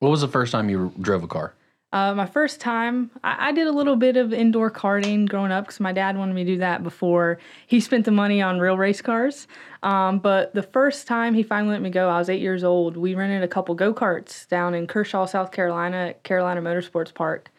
What was the first time you drove a car? Uh, my first time, I, I did a little bit of indoor karting growing up because my dad wanted me to do that before he spent the money on real race cars. Um, but the first time he finally let me go, I was eight years old. We rented a couple go karts down in Kershaw, South Carolina, at Carolina Motorsports Park.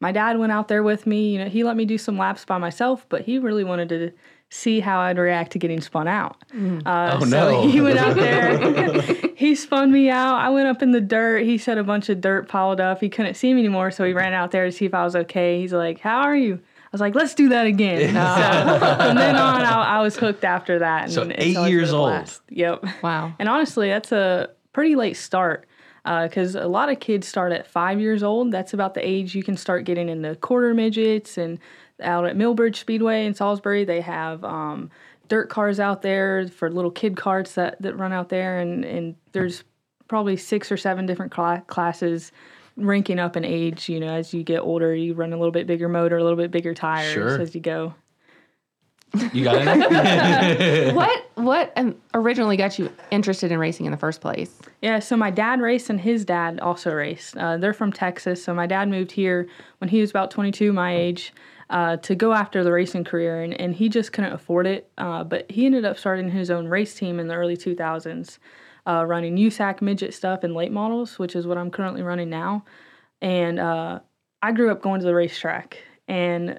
My dad went out there with me. You know, he let me do some laps by myself, but he really wanted to see how I'd react to getting spun out. Hmm. Uh, Oh, so no. he went out there. he spun me out. I went up in the dirt. He said a bunch of dirt piled up. He couldn't see me anymore, so he ran out there to see if I was okay. He's like, "How are you?" I was like, "Let's do that again." so from then on, I, I was hooked after that. And So it's eight always been years a old. blast. Yep. Wow. And honestly, that's a pretty late start because a lot of kids start at five years old. That's about the age you can start getting into quarter midgets. And out at Millbridge Speedway in Salisbury, they have um, dirt cars out there for little kid carts that, that run out there. And, and there's probably six or seven different cla- classes ranking up in age. You know, as you get older, you run a little bit bigger motor, a little bit bigger tires Sure. as you go. You got it. what what um, originally got you interested in racing in the first place? Yeah, so my dad raced and his dad also raced. Uh, they're from Texas, so my dad moved here when he was about 22, my age, uh, to go after the racing career, and, and he just couldn't afford it. Uh, but he ended up starting his own race team in the early 2000s, uh, running USAC midget stuff and late models, which is what I'm currently running now. And uh, I grew up going to the racetrack, and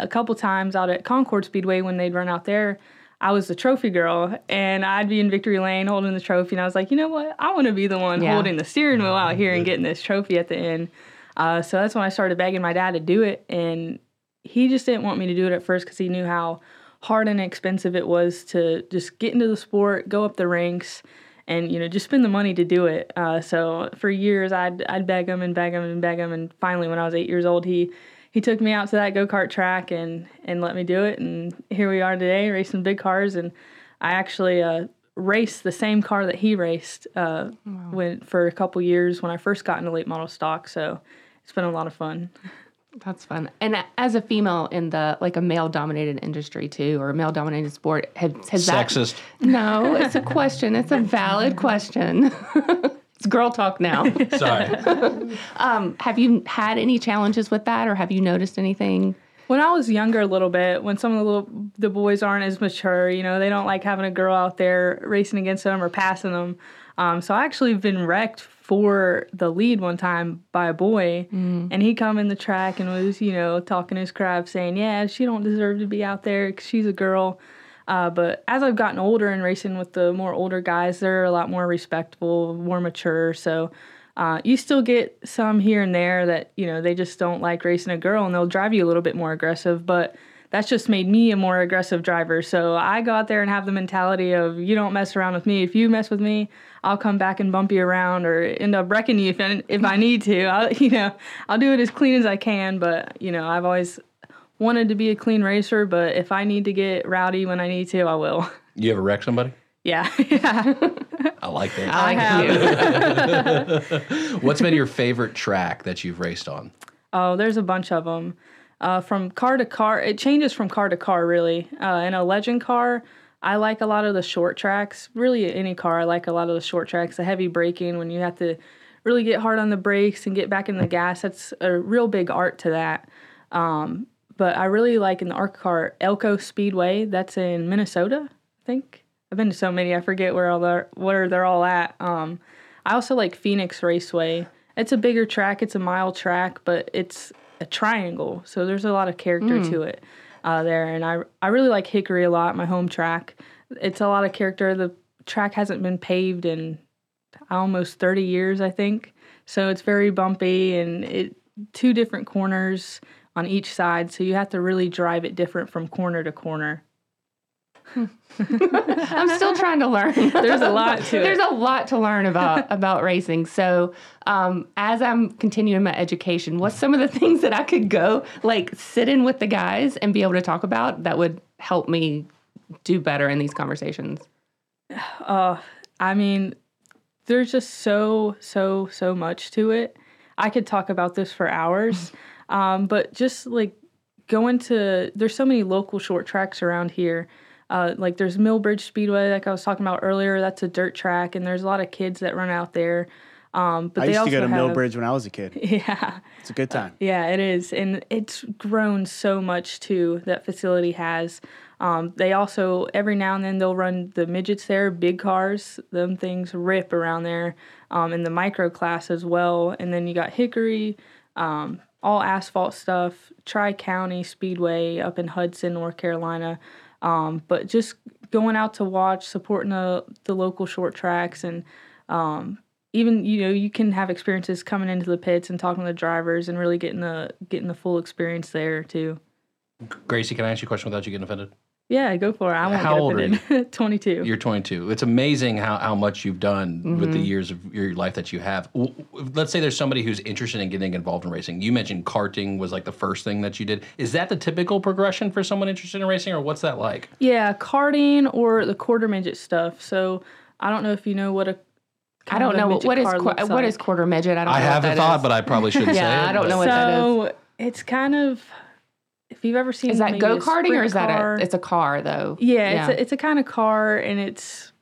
a couple times out at Concord Speedway when they'd run out there, I was the trophy girl and I'd be in victory lane holding the trophy. And I was like, you know what? I want to be the one Yeah. holding the steering wheel out here and getting this trophy at the end. Uh, so that's when I started begging my dad to do it. And he just didn't want me to do it at first because he knew how hard and expensive it was to just get into the sport, go up the ranks, and you know just spend the money to do it. Uh, so for years, I'd I'd beg him and beg him and beg him, and finally, when I was eight years old, he he took me out to that go kart track and and let me do it, and here we are today racing big cars, and I actually. Uh, raced the same car that he raced uh, when, for a couple years when I first got into late model stock. So it's been a lot of fun. That's fun. And a- as a female in the like a male dominated industry too, or a male dominated sport, has, has that- Sexist. No, it's a question. It's a valid question. it's girl talk now. Sorry. um, have you had any challenges with that, or have you noticed anything? When I was younger, a little bit, when some of the little, the boys aren't as mature, you know, they don't like having a girl out there racing against them or passing them. Um, so I actually been wrecked for the lead one time by a boy, and he come in the track and was, you know, talking his crap, saying, "Yeah, she don't deserve to be out there 'cause she's a girl." Uh, but as I've gotten older and racing with the more older guys, they're a lot more respectful, more mature. So uh, you still get some here and there that, you know, they just don't like racing a girl and they'll drive you a little bit more aggressive. But that's just made me a more aggressive driver. So I go out there and have the mentality of you don't mess around with me. If you mess with me, I'll come back and bump you around or end up wrecking you if I, if I need to. I'll, you know, I'll do it as clean as I can. But, you know, I've always wanted to be a clean racer, but if I need to get rowdy when I need to, I will. You ever wreck somebody? Yeah. I like that. I have. What's been your favorite track that you've raced on? oh, there's a bunch of them. Uh, from car to car, it changes from car to car, really. Uh, in a legend car, I like a lot of the short tracks. Really, any car, I like a lot of the short tracks. The heavy braking, when you have to really get hard on the brakes and get back in the gas, that's a real big art to that. Um, but I really like in the ARC car, Elko Speedway. That's in Minnesota, I think. I've been to so many, I forget where all they're, where they're all at. Um, I also like Phoenix Raceway It's a bigger track. It's a mile track, but it's a triangle, so there's a lot of character Mm. to it uh, there. And I I really like Hickory a lot. My home track. It's a lot of character. The track hasn't been paved in almost 30 years, I think. So it's very bumpy and it two different corners on each side, so you have to really drive it different from corner to corner. I'm still trying to learn. There's a lot to it. There's a lot to learn about about racing. So, um, as I'm continuing my education, what's some of the things that I could go like sit in with the guys and be able to talk about that would help me do better in these conversations? Uh, I mean, there's just so, so, so much to it. I could talk about this for hours, um, but just like going to, there's so many local short tracks around here. Uh, like there's Millbridge Speedway, like I was talking about earlier. That's a dirt track, and there's a lot of kids that run out there. Um, but I they used to also go to have, Uh, Millbridge when I was a kid. Yeah. It's a good time. Yeah, it is. And it's grown so much too, that facility has. Um, they also, every now and then, they'll run the midgets there, big cars. Them things rip around there, um, and the micro class as well. And then you got Hickory, um, all asphalt stuff, Tri County Speedway up in Hudson, North Carolina. Um, but just going out to watch, supporting the, the local short tracks and um, even you know you can have experiences coming into the pits and talking to the drivers and really getting the getting the full experience there too. Gracie, can I ask you a question without you getting offended? Yeah, go for it. I won't How get old are offended. Twenty two. You're 22. It's amazing how, how much you've done with the Mhm. years of your life that you have. W- w- Let's say there's somebody who's interested in getting involved in racing. You mentioned karting was like the first thing that you did. Is that the typical progression for someone interested in racing, or what's that like? Yeah, karting or the quarter midget stuff. So I don't know if you know what a I don't know what is qu- what is quarter midget. I I don't. know what haven't that thought, is. but I probably shouldn't yeah, say it, I don't but- know what that is. so it's kind of if you've ever seen Is that maybe a go karting sprint or is that car- a? It's a car though. Yeah, it's a, it's a kind of car, and it's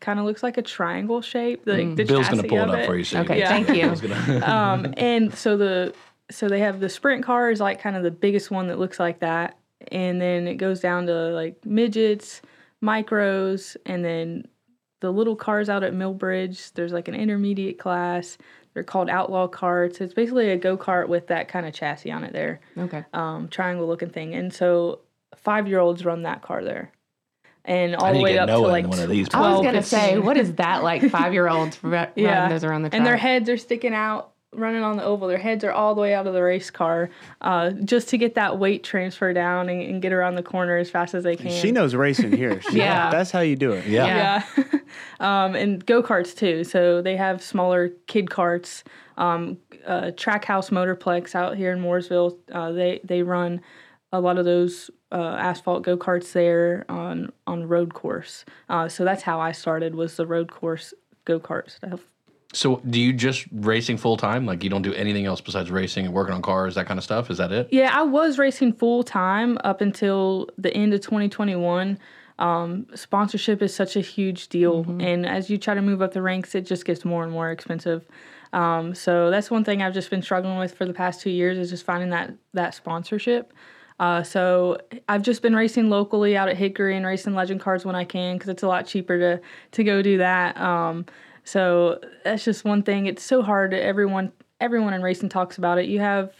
kind of looks like a triangle shape. Like Mm. the Bill's gonna chassis pull it of up for you so you okay, can see thank it. you. Bill's gonna- um, and so the so they have the sprint car is like kind of the biggest one that looks like that, and then it goes down to like midgets, micros, and then the little cars out at Millbridge. There's like an intermediate class. They're called outlaw carts. It's basically a go kart with that kind of chassis on it. There okay. um, triangle looking thing. And so five year olds run that car there. And need all the to way get up Noah to in like one of these 12, I was gonna say, 15. what is that like? Five year olds riding those around the track. And their heads are sticking out, running on the oval. Their heads are all the way out of the race car uh, just to get that weight transfer down and, and get around the corner as fast as they can. She knows racing here. She- Yeah. That's how you do it. Yeah. um, and go karts too. So they have smaller kid carts. Um, uh, Trackhouse Motorplex out here in Mooresville, uh, they they run a lot of those uh, asphalt go karts there on on road course. Uh, so that's how I started was the road course go kart stuff. So, do you just racing full time? Like, you don't do anything else besides racing and working on cars, that kind of stuff? Is that it? Yeah, I was racing full time up until the end of 2021. Um, sponsorship is such a huge deal, and as you try to move up the ranks, it just gets more and more expensive. Um, so that's one thing I've just been struggling with for the past two years is just finding that that sponsorship. Uh, so I've just been racing locally out at Hickory and racing Legend Cards when I can because it's a lot cheaper to to go do that. Um, so that's just one thing. It's so hard. Everyone everyone in racing talks about it. You have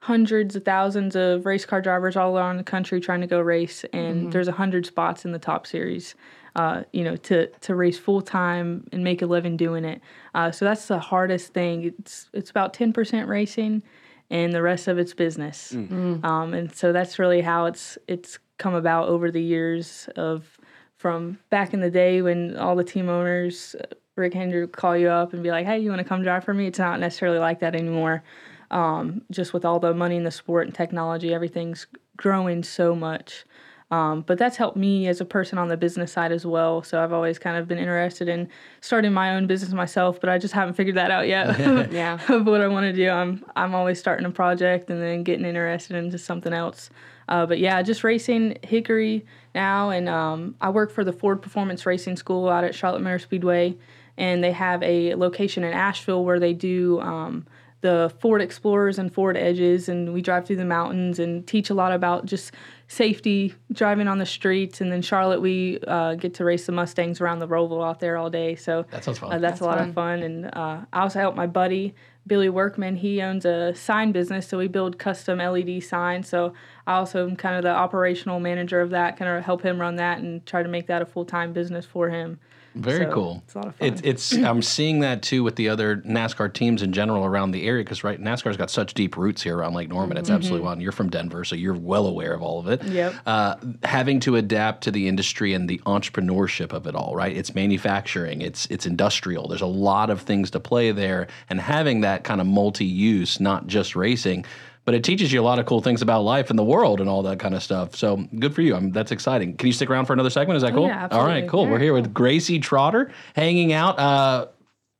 hundreds of thousands of race car drivers all around the country trying to go race, and Mhm. there's a hundred spots in the top series. Uh, you know, to to race full time and make a living doing it. Uh, so that's the hardest thing. It's it's about ten percent racing, and the rest of it's business. Mm. Mm. Um, and so that's really how it's it's come about over the years of from back in the day when all the team owners, uh, Rick Hendry would call you up and be like, "Hey, you want to come drive for me?" It's not necessarily like that anymore. Um, just with all the money in the sport and technology, everything's growing so much. Um, but that's helped me as a person on the business side as well. So I've always kind of been interested in starting my own business myself, but I just haven't figured that out yet. Yeah. of what I want to do. I'm I'm always starting a project and then getting interested into something else. Uh, but yeah, just racing Hickory now, and um, I work for the Ford Performance Racing School out at Charlotte Motor Speedway, and they have a location in Asheville where they do. Um, the Ford Explorers and Ford Edges, and we drive through the mountains and teach a lot about just safety driving on the streets. And then Charlotte, we uh, get to race the Mustangs around the Roval out there all day. So uh, that sounds fun. that's, a That's lot of fun. And uh, I also help my buddy Billy Workman, he owns a sign business, so we build custom LED signs. So I also am kind of the operational manager of that, kind of help him run that and try to make that a full time business for him. Very So cool. It's a lot of fun. It, it's I'm seeing that too with the other NASCAR teams in general around the area because right NASCAR's got such deep roots here around Lake Norman. It's Mhm. absolutely wild. And You're from Denver, so you're well aware of all of it. Yep. Uh, having to adapt to the industry and the entrepreneurship of it all, right? It's manufacturing, it's it's industrial. There's a lot of things to play there, and having that kind of multi-use, not just racing. But it teaches you a lot of cool things about life and the world and all that kind of stuff. So good for you. I'm, that's exciting. Can you stick around for another segment? Is that Oh, cool? yeah, all right, absolutely. cool. All We're right, here with Gracie Trotter hanging out. Uh,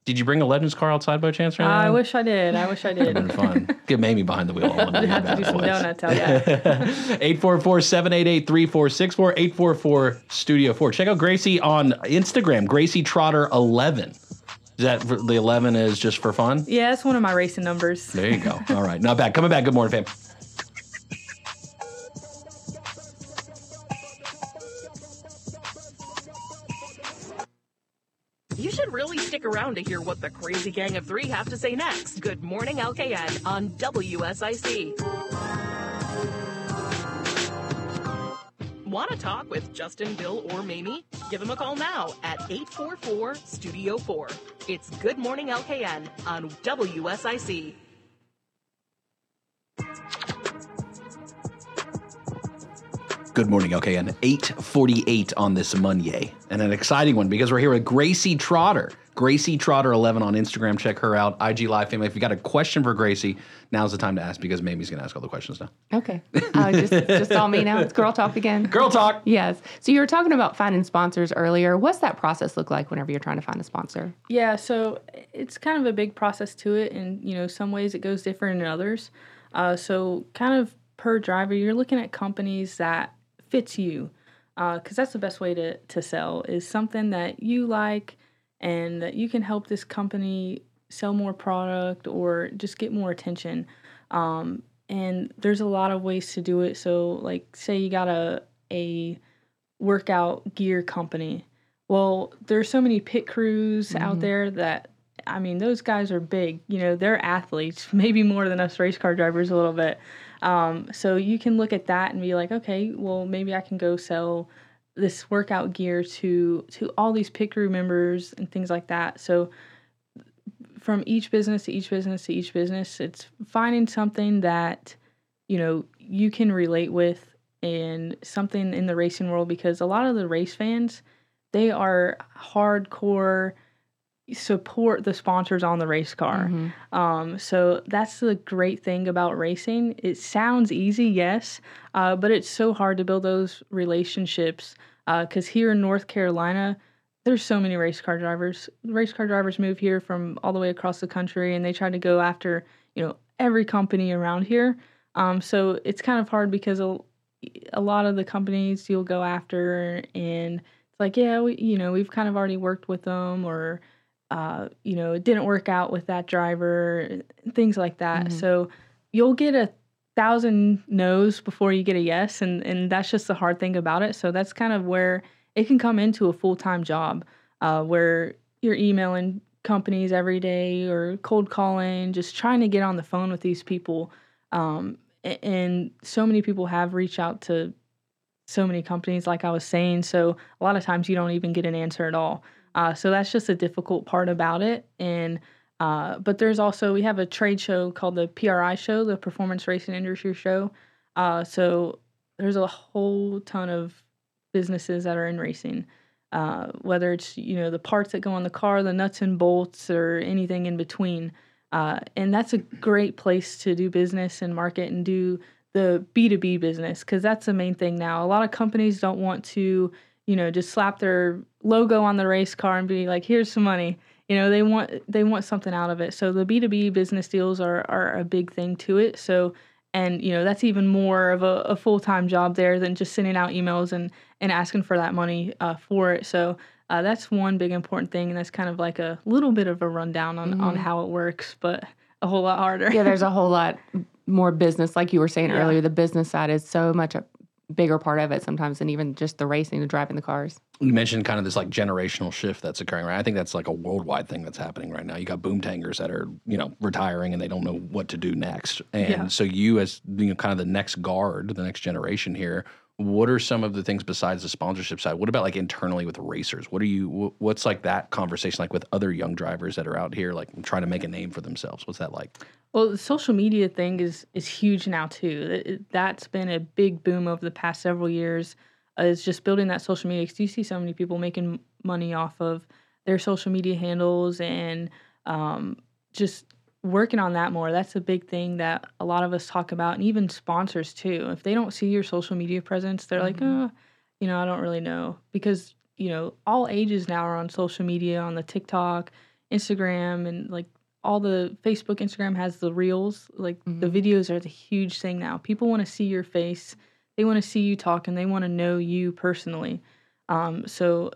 did you bring a Legends car outside by chance? Or I anything? wish I did. I wish I did. Been fun. Get Mamie behind the wheel. I wanna I'd hear have to that do some voice. donuts out there. 844 788 3464 844 Studio 4. Check out Gracie on Instagram, Gracie Trotter 11. Is that for- the 11 is just for fun? Yeah, it's one of my racing numbers. There you go. All right. Not bad. Coming back. Good morning, fam. You should really stick around to hear what the crazy gang of three have to say next. Good morning, LKN on WSIC. Want to talk with Justin, Bill, or Mamie? Give them a call now at 844 Studio 4. It's Good Morning LKN on WSIC. Good morning, okay, and 848 on this Monday. And an exciting one because we're here with Gracie Trotter. Gracie Trotter 11 on Instagram. Check her out. IG Live family. If you got a question for Gracie, now's the time to ask because Mamie's going to ask all the questions now. Okay. Uh, just, just all me now. It's girl talk again. Girl talk. Yes. So you were talking about finding sponsors earlier. What's that process look like whenever you're trying to find a sponsor? Yeah, so it's kind of a big process to it, and you know, some ways it goes different than others. Uh, so kind of per driver, you're looking at companies that fits you, because that's the best way to to sell is something that you like and that you can help this company sell more product or just get more attention. Um, and there's a lot of ways to do it. So like, say you got a a workout gear company. Well, there's so many pit crews out Mhm. there that I mean, those guys are big. You know, they're athletes, maybe more than us race car drivers a little bit. Um, so you can look at that and be like, okay, well, maybe I can go sell this workout gear to to all these pit crew members and things like that. So from each business to each business to each business, it's finding something that you know you can relate with and something in the racing world because a lot of the race fans they are hardcore support the sponsors on the race car um, so that's the great thing about racing it sounds easy yes uh, but it's so hard to build those relationships because here in north carolina there's so many race car drivers. Race car drivers move here from all the way across the country, and they try to go after you know every company around here. Um, so it's kind of hard because a, a lot of the companies you'll go after, and it's like, yeah, we, you know, we've kind of already worked with them, or uh, you know, it didn't work out with that driver, things like that. Mhm. So you'll get a thousand no's before you get a yes and and that's just the hard thing about it so that's kind of where it can come into a full-time job uh, where you're emailing companies every day or cold calling just trying to get on the phone with these people um, a- and so many people have reached out to so many companies, like I was saying. So a lot of times you don't even get an answer at all. Uh, so that's just a difficult part about it. And uh, but there's also we have a trade show called the PRI show, the Performance Racing Industry Show. Uh, so there's a whole ton of businesses that are in racing. Uh, whether it's you know the parts that go on the car, the nuts and bolts, or anything in between, uh, and that's a great place to do business and market and do the B2B business because that's the main thing now. A lot of companies don't want to, you know, just slap their logo on the race car and be like, here's some money. You know, they want they want something out of it. So the B2B business deals are are a big thing to it. So and you know, that's even more of a, a full time job there than just sending out emails and and asking for that money uh, for it. So uh, that's one big important thing, and that's kind of like a little bit of a rundown on, on Mhm. how it works, but a whole lot harder. yeah, there's a whole lot more business, like you were saying Yeah. earlier. The business side is so much a bigger part of it sometimes than even just the racing and driving the cars. You mentioned kind of this like generational shift that's occurring, right? I think that's like a worldwide thing that's happening right now. You got boomtangers that are, you know, retiring and they don't know what to do next. And Yeah. so you as you know, kind of the next guard, the next generation here, what are some of the things besides the sponsorship side? What about like internally with racers? What are you wh- what's like that conversation like with other young drivers that are out here like trying to make a name for themselves? What's that like? Well, the social media thing is is huge now too. It- it- That's been a big boom over the past several years. uh, Is just building that social media. 'cause you see so many people making money off of their social media handles and um, just working on that more. That's a big thing that a lot of us talk about, and even sponsors too. If they don't see your social media presence, they're like, oh, you know, I don't really know because you know all ages now are on social media on the TikTok, Instagram, and like all the Facebook, Instagram has the reels. Like the videos are the huge thing now. People want to see your face. They want to see you talk and they want to know you personally. Um, so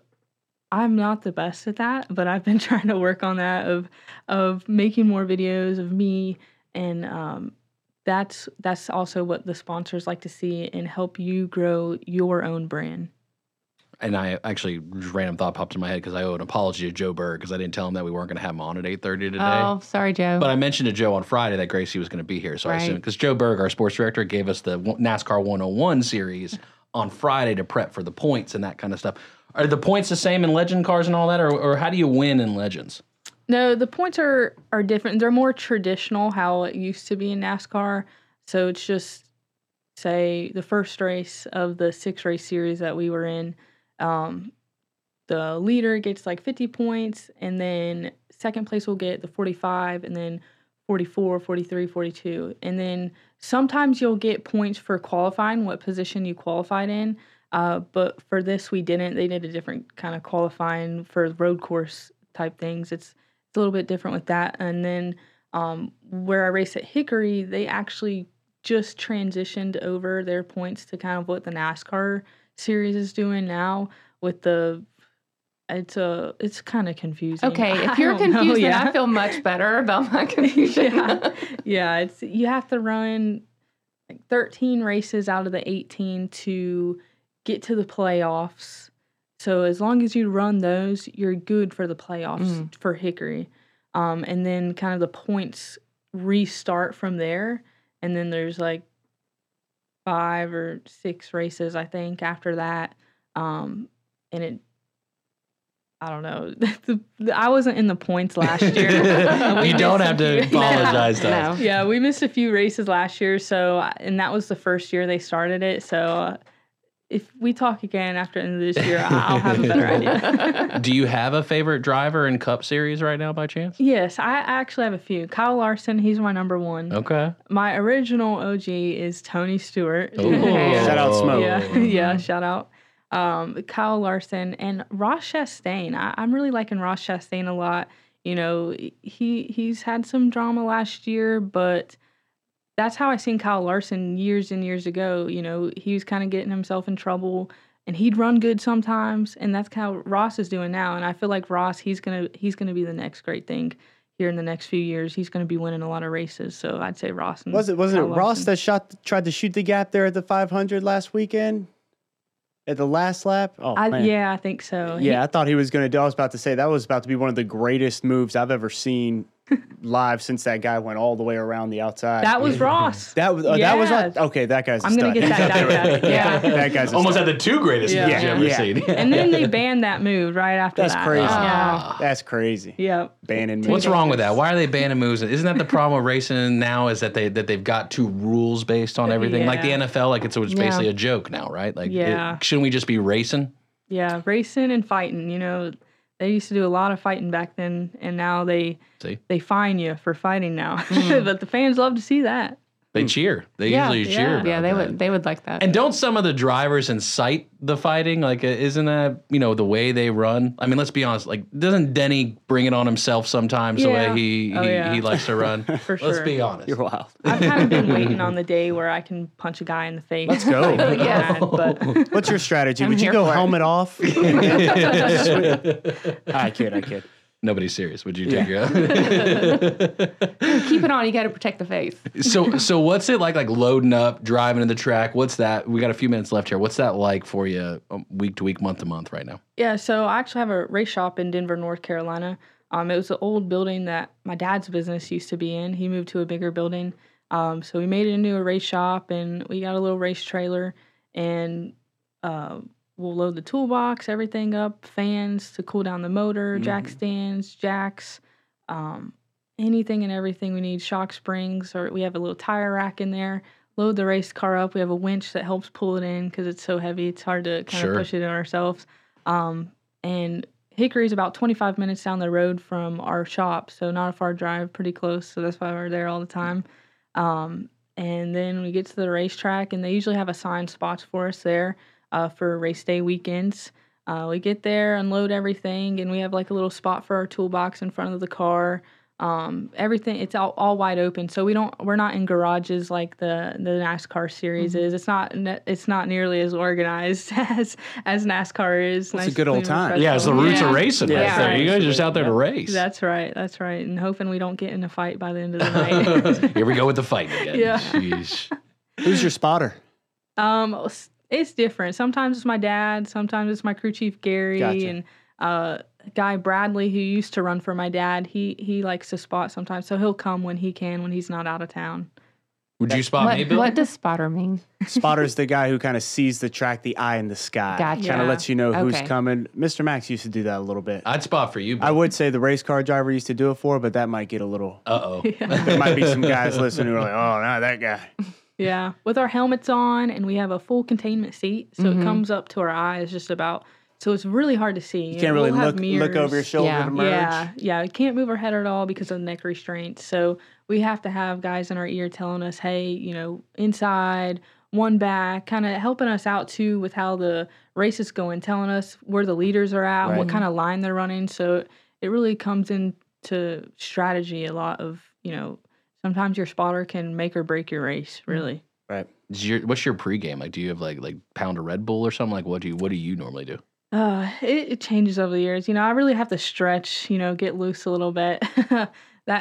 I'm not the best at that, but I've been trying to work on that of of making more videos of me and um, that's that's also what the sponsors like to see and help you grow your own brand. and I actually just random thought popped in my head because I owe an apology to Joe Berg because I didn't tell him that we weren't going to have him on at eight thirty today. Oh, sorry, Joe. But I mentioned to Joe on Friday that Gracie was going to be here, so Right. I assume because Joe Berg, our sports director, gave us the w- NASCAR 101 series on Friday to prep for the points and that kind of stuff. Are the points the same in Legend cars and all that, or, or how do you win in Legends? No, the points are are different. They're more traditional how it used to be in NASCAR. So it's just say the first race of the six race series that we were in. Um, the leader gets like 50 points, and then second place will get the 45, and then 44, 43, 42. And then sometimes you'll get points for qualifying, what position you qualified in. Uh, but for this, we didn't. They did a different kind of qualifying for road course type things. It's, it's a little bit different with that. And then um, where I race at Hickory, they actually just transitioned over their points to kind of what the NASCAR series is doing now with the. It's a. It's kind of confusing. Okay, if I you're don't know, confused, then yeah I feel much better about my confusion. yeah. yeah, it's you have to run like 13 races out of the 18 to get to the playoffs. So as long as you run those, you're good for the playoffs Mm. for Hickory. Um, and then kind of the points restart from there. And then there's like five or six races, I think, after that. Um, and it, I don't know. The- the- I wasn't in the points last year. We You don't missed a have to few- apologize to us. No. Yeah, we missed a few races last year, so and that was the first year they started it. So uh, if we talk again after the end of this year, I- I'll have a better idea. do you have a favorite driver in Cup Series right now by chance? yes, I actually have a few. Kyle Larson, he's my number one. Okay. My original OG is Tony Stewart. Ooh. Mm-hmm. Shout out Smoke. Yeah, yeah, shout out. Um, Kyle Larson and Ross Chastain. I, I'm really liking Ross Chastain a lot. You know, he he's had some drama last year, but that's how I seen Kyle Larson years and years ago. You know, he was kind of getting himself in trouble and he'd run good sometimes and that's how Ross is doing now and I feel like Ross he's going to he's going to be the next great thing here in the next few years. He's going to be winning a lot of races, so I'd say Ross and Was it wasn't it Kyle Ross Larson. that shot tried to shoot the gap there at the 500 last weekend? At the last lap? Oh, I, man. yeah, I think so. He- Yeah, I thought he was going to do. I was about to say that was about to be one of the greatest moves I've ever seen live since that guy went all the way around the outside. That was Ross. That was uh, that was Yeah. Ross? okay. That guy's. a I'm gonna stud. get that guy back, yeah. that guy's a Almost stud. had the two greatest moves you've ever seen. and then they banned that move right after That's that. crazy. Yeah. That's crazy. Yeah. Banning. moves. What's wrong with that? Why are they banning moves? Isn't that the problem with racing now? Is that they that they've got two rules based on everything, like the Yeah. NFL, like it's, it's Yeah. basically a joke now, right? Like, it- Yeah. shouldn't we just be racing? Yeah, racing and fighting. You know, they used to do a lot of fighting back then, and now they See? they fine you for fighting now. Mm. but the fans love to see that. They cheer. They usually cheer. about Yeah, they that. would they would like that. And don't some of the drivers incite the fighting? Like, uh, isn't that you know the way they run? I mean, let's be honest. Like, doesn't Denny bring it on himself sometimes? The Yeah. way he Oh, he, yeah. he likes to run. For Let's sure. be honest. You're wild. I've kind of been waiting on the day where I can punch a guy in the face. Let's go. yeah, but What's your strategy? I'm Would you here go for it. helmet off? I kid. I kid. Nobody's serious. Would you take your Keep it on. You got to protect the face. so so what's it like like loading up, driving in the track? What's that? We got a few minutes left here. What's that like for you um, week to week, month to month right now? Yeah, so I actually have a race shop in Denver, North Carolina. Um, it was an old building that my dad's business used to be in. He moved to a bigger building. Um, so we made it into a race shop and we got a little race trailer and uh, we'll load the toolbox, everything up, fans to cool down the motor, jack Mhm. stands, jacks, um, anything and everything we need, shock springs, or we have a little tire rack in there. Load the race car up. We have a winch that helps pull it in because it's so heavy. It's hard to kind Sure. of push it in ourselves. Um, and Hickory is about 25 minutes down the road from our shop, so not a far drive, pretty close. So that's why we're there all the time. Um, and then we get to the racetrack, and they usually have assigned spots for us there uh, for race day weekends. Uh, we get there, unload everything, and we have like a little spot for our toolbox in front of the car. Um, everything it's all, all wide open, so we don't we're not in garages like the the NASCAR series Mhm. is. It's not ne- it's not nearly as organized as as NASCAR is. It's a Nice, good old clean, time. professional. Yeah, it's the roots of racing right Yeah. there. You guys are just out there to Yeah. race. That's right. That's right. And hoping we don't get in a fight by the end of the night. Here we go with the fight again. Yeah. Jeez. Who's your spotter? Um, s- it's different. Sometimes it's my dad. Sometimes it's my crew chief Gary Gotcha. and uh, guy Bradley who used to run for my dad. He he likes to spot sometimes, so he'll come when he can when he's not out of town. Would you spot What- me, Bill? what does spotter mean? Spotter's the guy who kind of sees the track, the eye in the sky. Gotcha. Kind of lets you know who's Okay. coming. Mr. Max used to do that a little bit. I'd spot for you. I would say the race car driver used to do it for, but that might get a little. Uh oh. there might be some guys listening who are like, oh, no, that guy. Yeah, with our helmets on, and we have a full containment seat, so Mhm. it comes up to our eyes just about. So it's really hard to see. You can't really We'll have look- look over your shoulder yeah. to merge. Yeah, yeah, we can't move our head at all because of neck restraints. So we have to have guys in our ear telling us, hey, you know, inside, one back, kind of helping us out too with how the race is going, telling us where the leaders are at, Right. what kind of line they're running. So it really comes into strategy a lot of you know. Sometimes your spotter can make or break your race, really. Right. Is your, what's your pregame like? Do you have like like pound of Red Bull or something? Like what do you what do you normally do? Uh, it, it changes over the years. You know, I really have to stretch. You know, get loose a little bit. that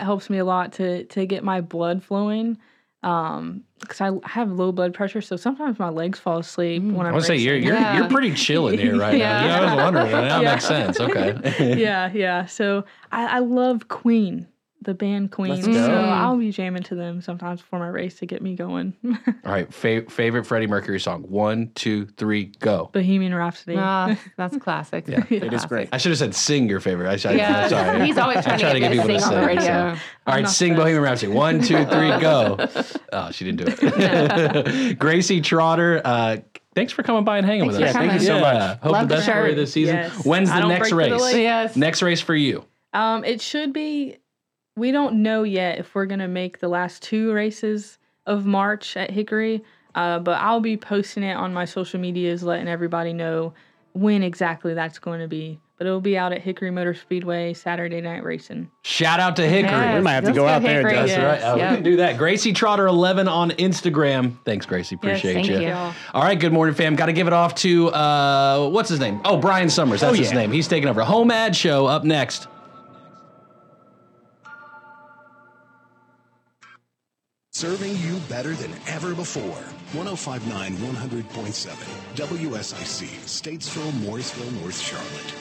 helps me a lot to to get my blood flowing. Um, because I have low blood pressure, so sometimes my legs fall asleep when Mm, I I'm. want to say you're you're, racing. you're pretty chill in here right now. Yeah, I was wondering. That Yeah. makes sense. Okay. yeah, yeah. So I, I love Queen, the band Queen. Let's So go. I'll be jamming to them sometimes before my race to get me going. All right. Fa- favorite Freddie Mercury song. One, two, three, go. Bohemian Rhapsody. Ah, that's classic. Yeah, it is great. I should have said sing your favorite. I, I, Yeah, am sorry. he's always I trying to try get me to people sing on the so. radio. All right, sing Bohemian Rhapsody. One, two, three, go. Oh, she didn't do it. Gracie Trotter, uh, thanks for coming by and hanging Thanks with for us. coming. Thank you so Yeah. much. Hope Love the the best for you shirt. this season. Yes. When's I the don't next break for the race? lake. Yes. Next race for you. Um, it should be. We don't know yet if we're gonna make the last two races of March at Hickory, uh, but I'll be posting it on my social medias, letting everybody know when exactly that's going to be. But it'll be out at Hickory Motor Speedway Saturday night racing. Shout out to Hickory. Yes, We might have to let's go go out there and Hickory. do That's it. right. Uh, Yes. We can do that. Gracie Trotter eleven on Instagram. Thanks, Gracie. Appreciate thank you. you. Y'all. All right. Good morning, fam. Got to give it off to uh, what's his name? Oh, Brian Summers. That's Oh, his yeah. name. He's taking over. Home Ad Show up next. Serving you better than ever before. 1059 100.7 WSIC, Statesville, Morrisville, North Charlotte.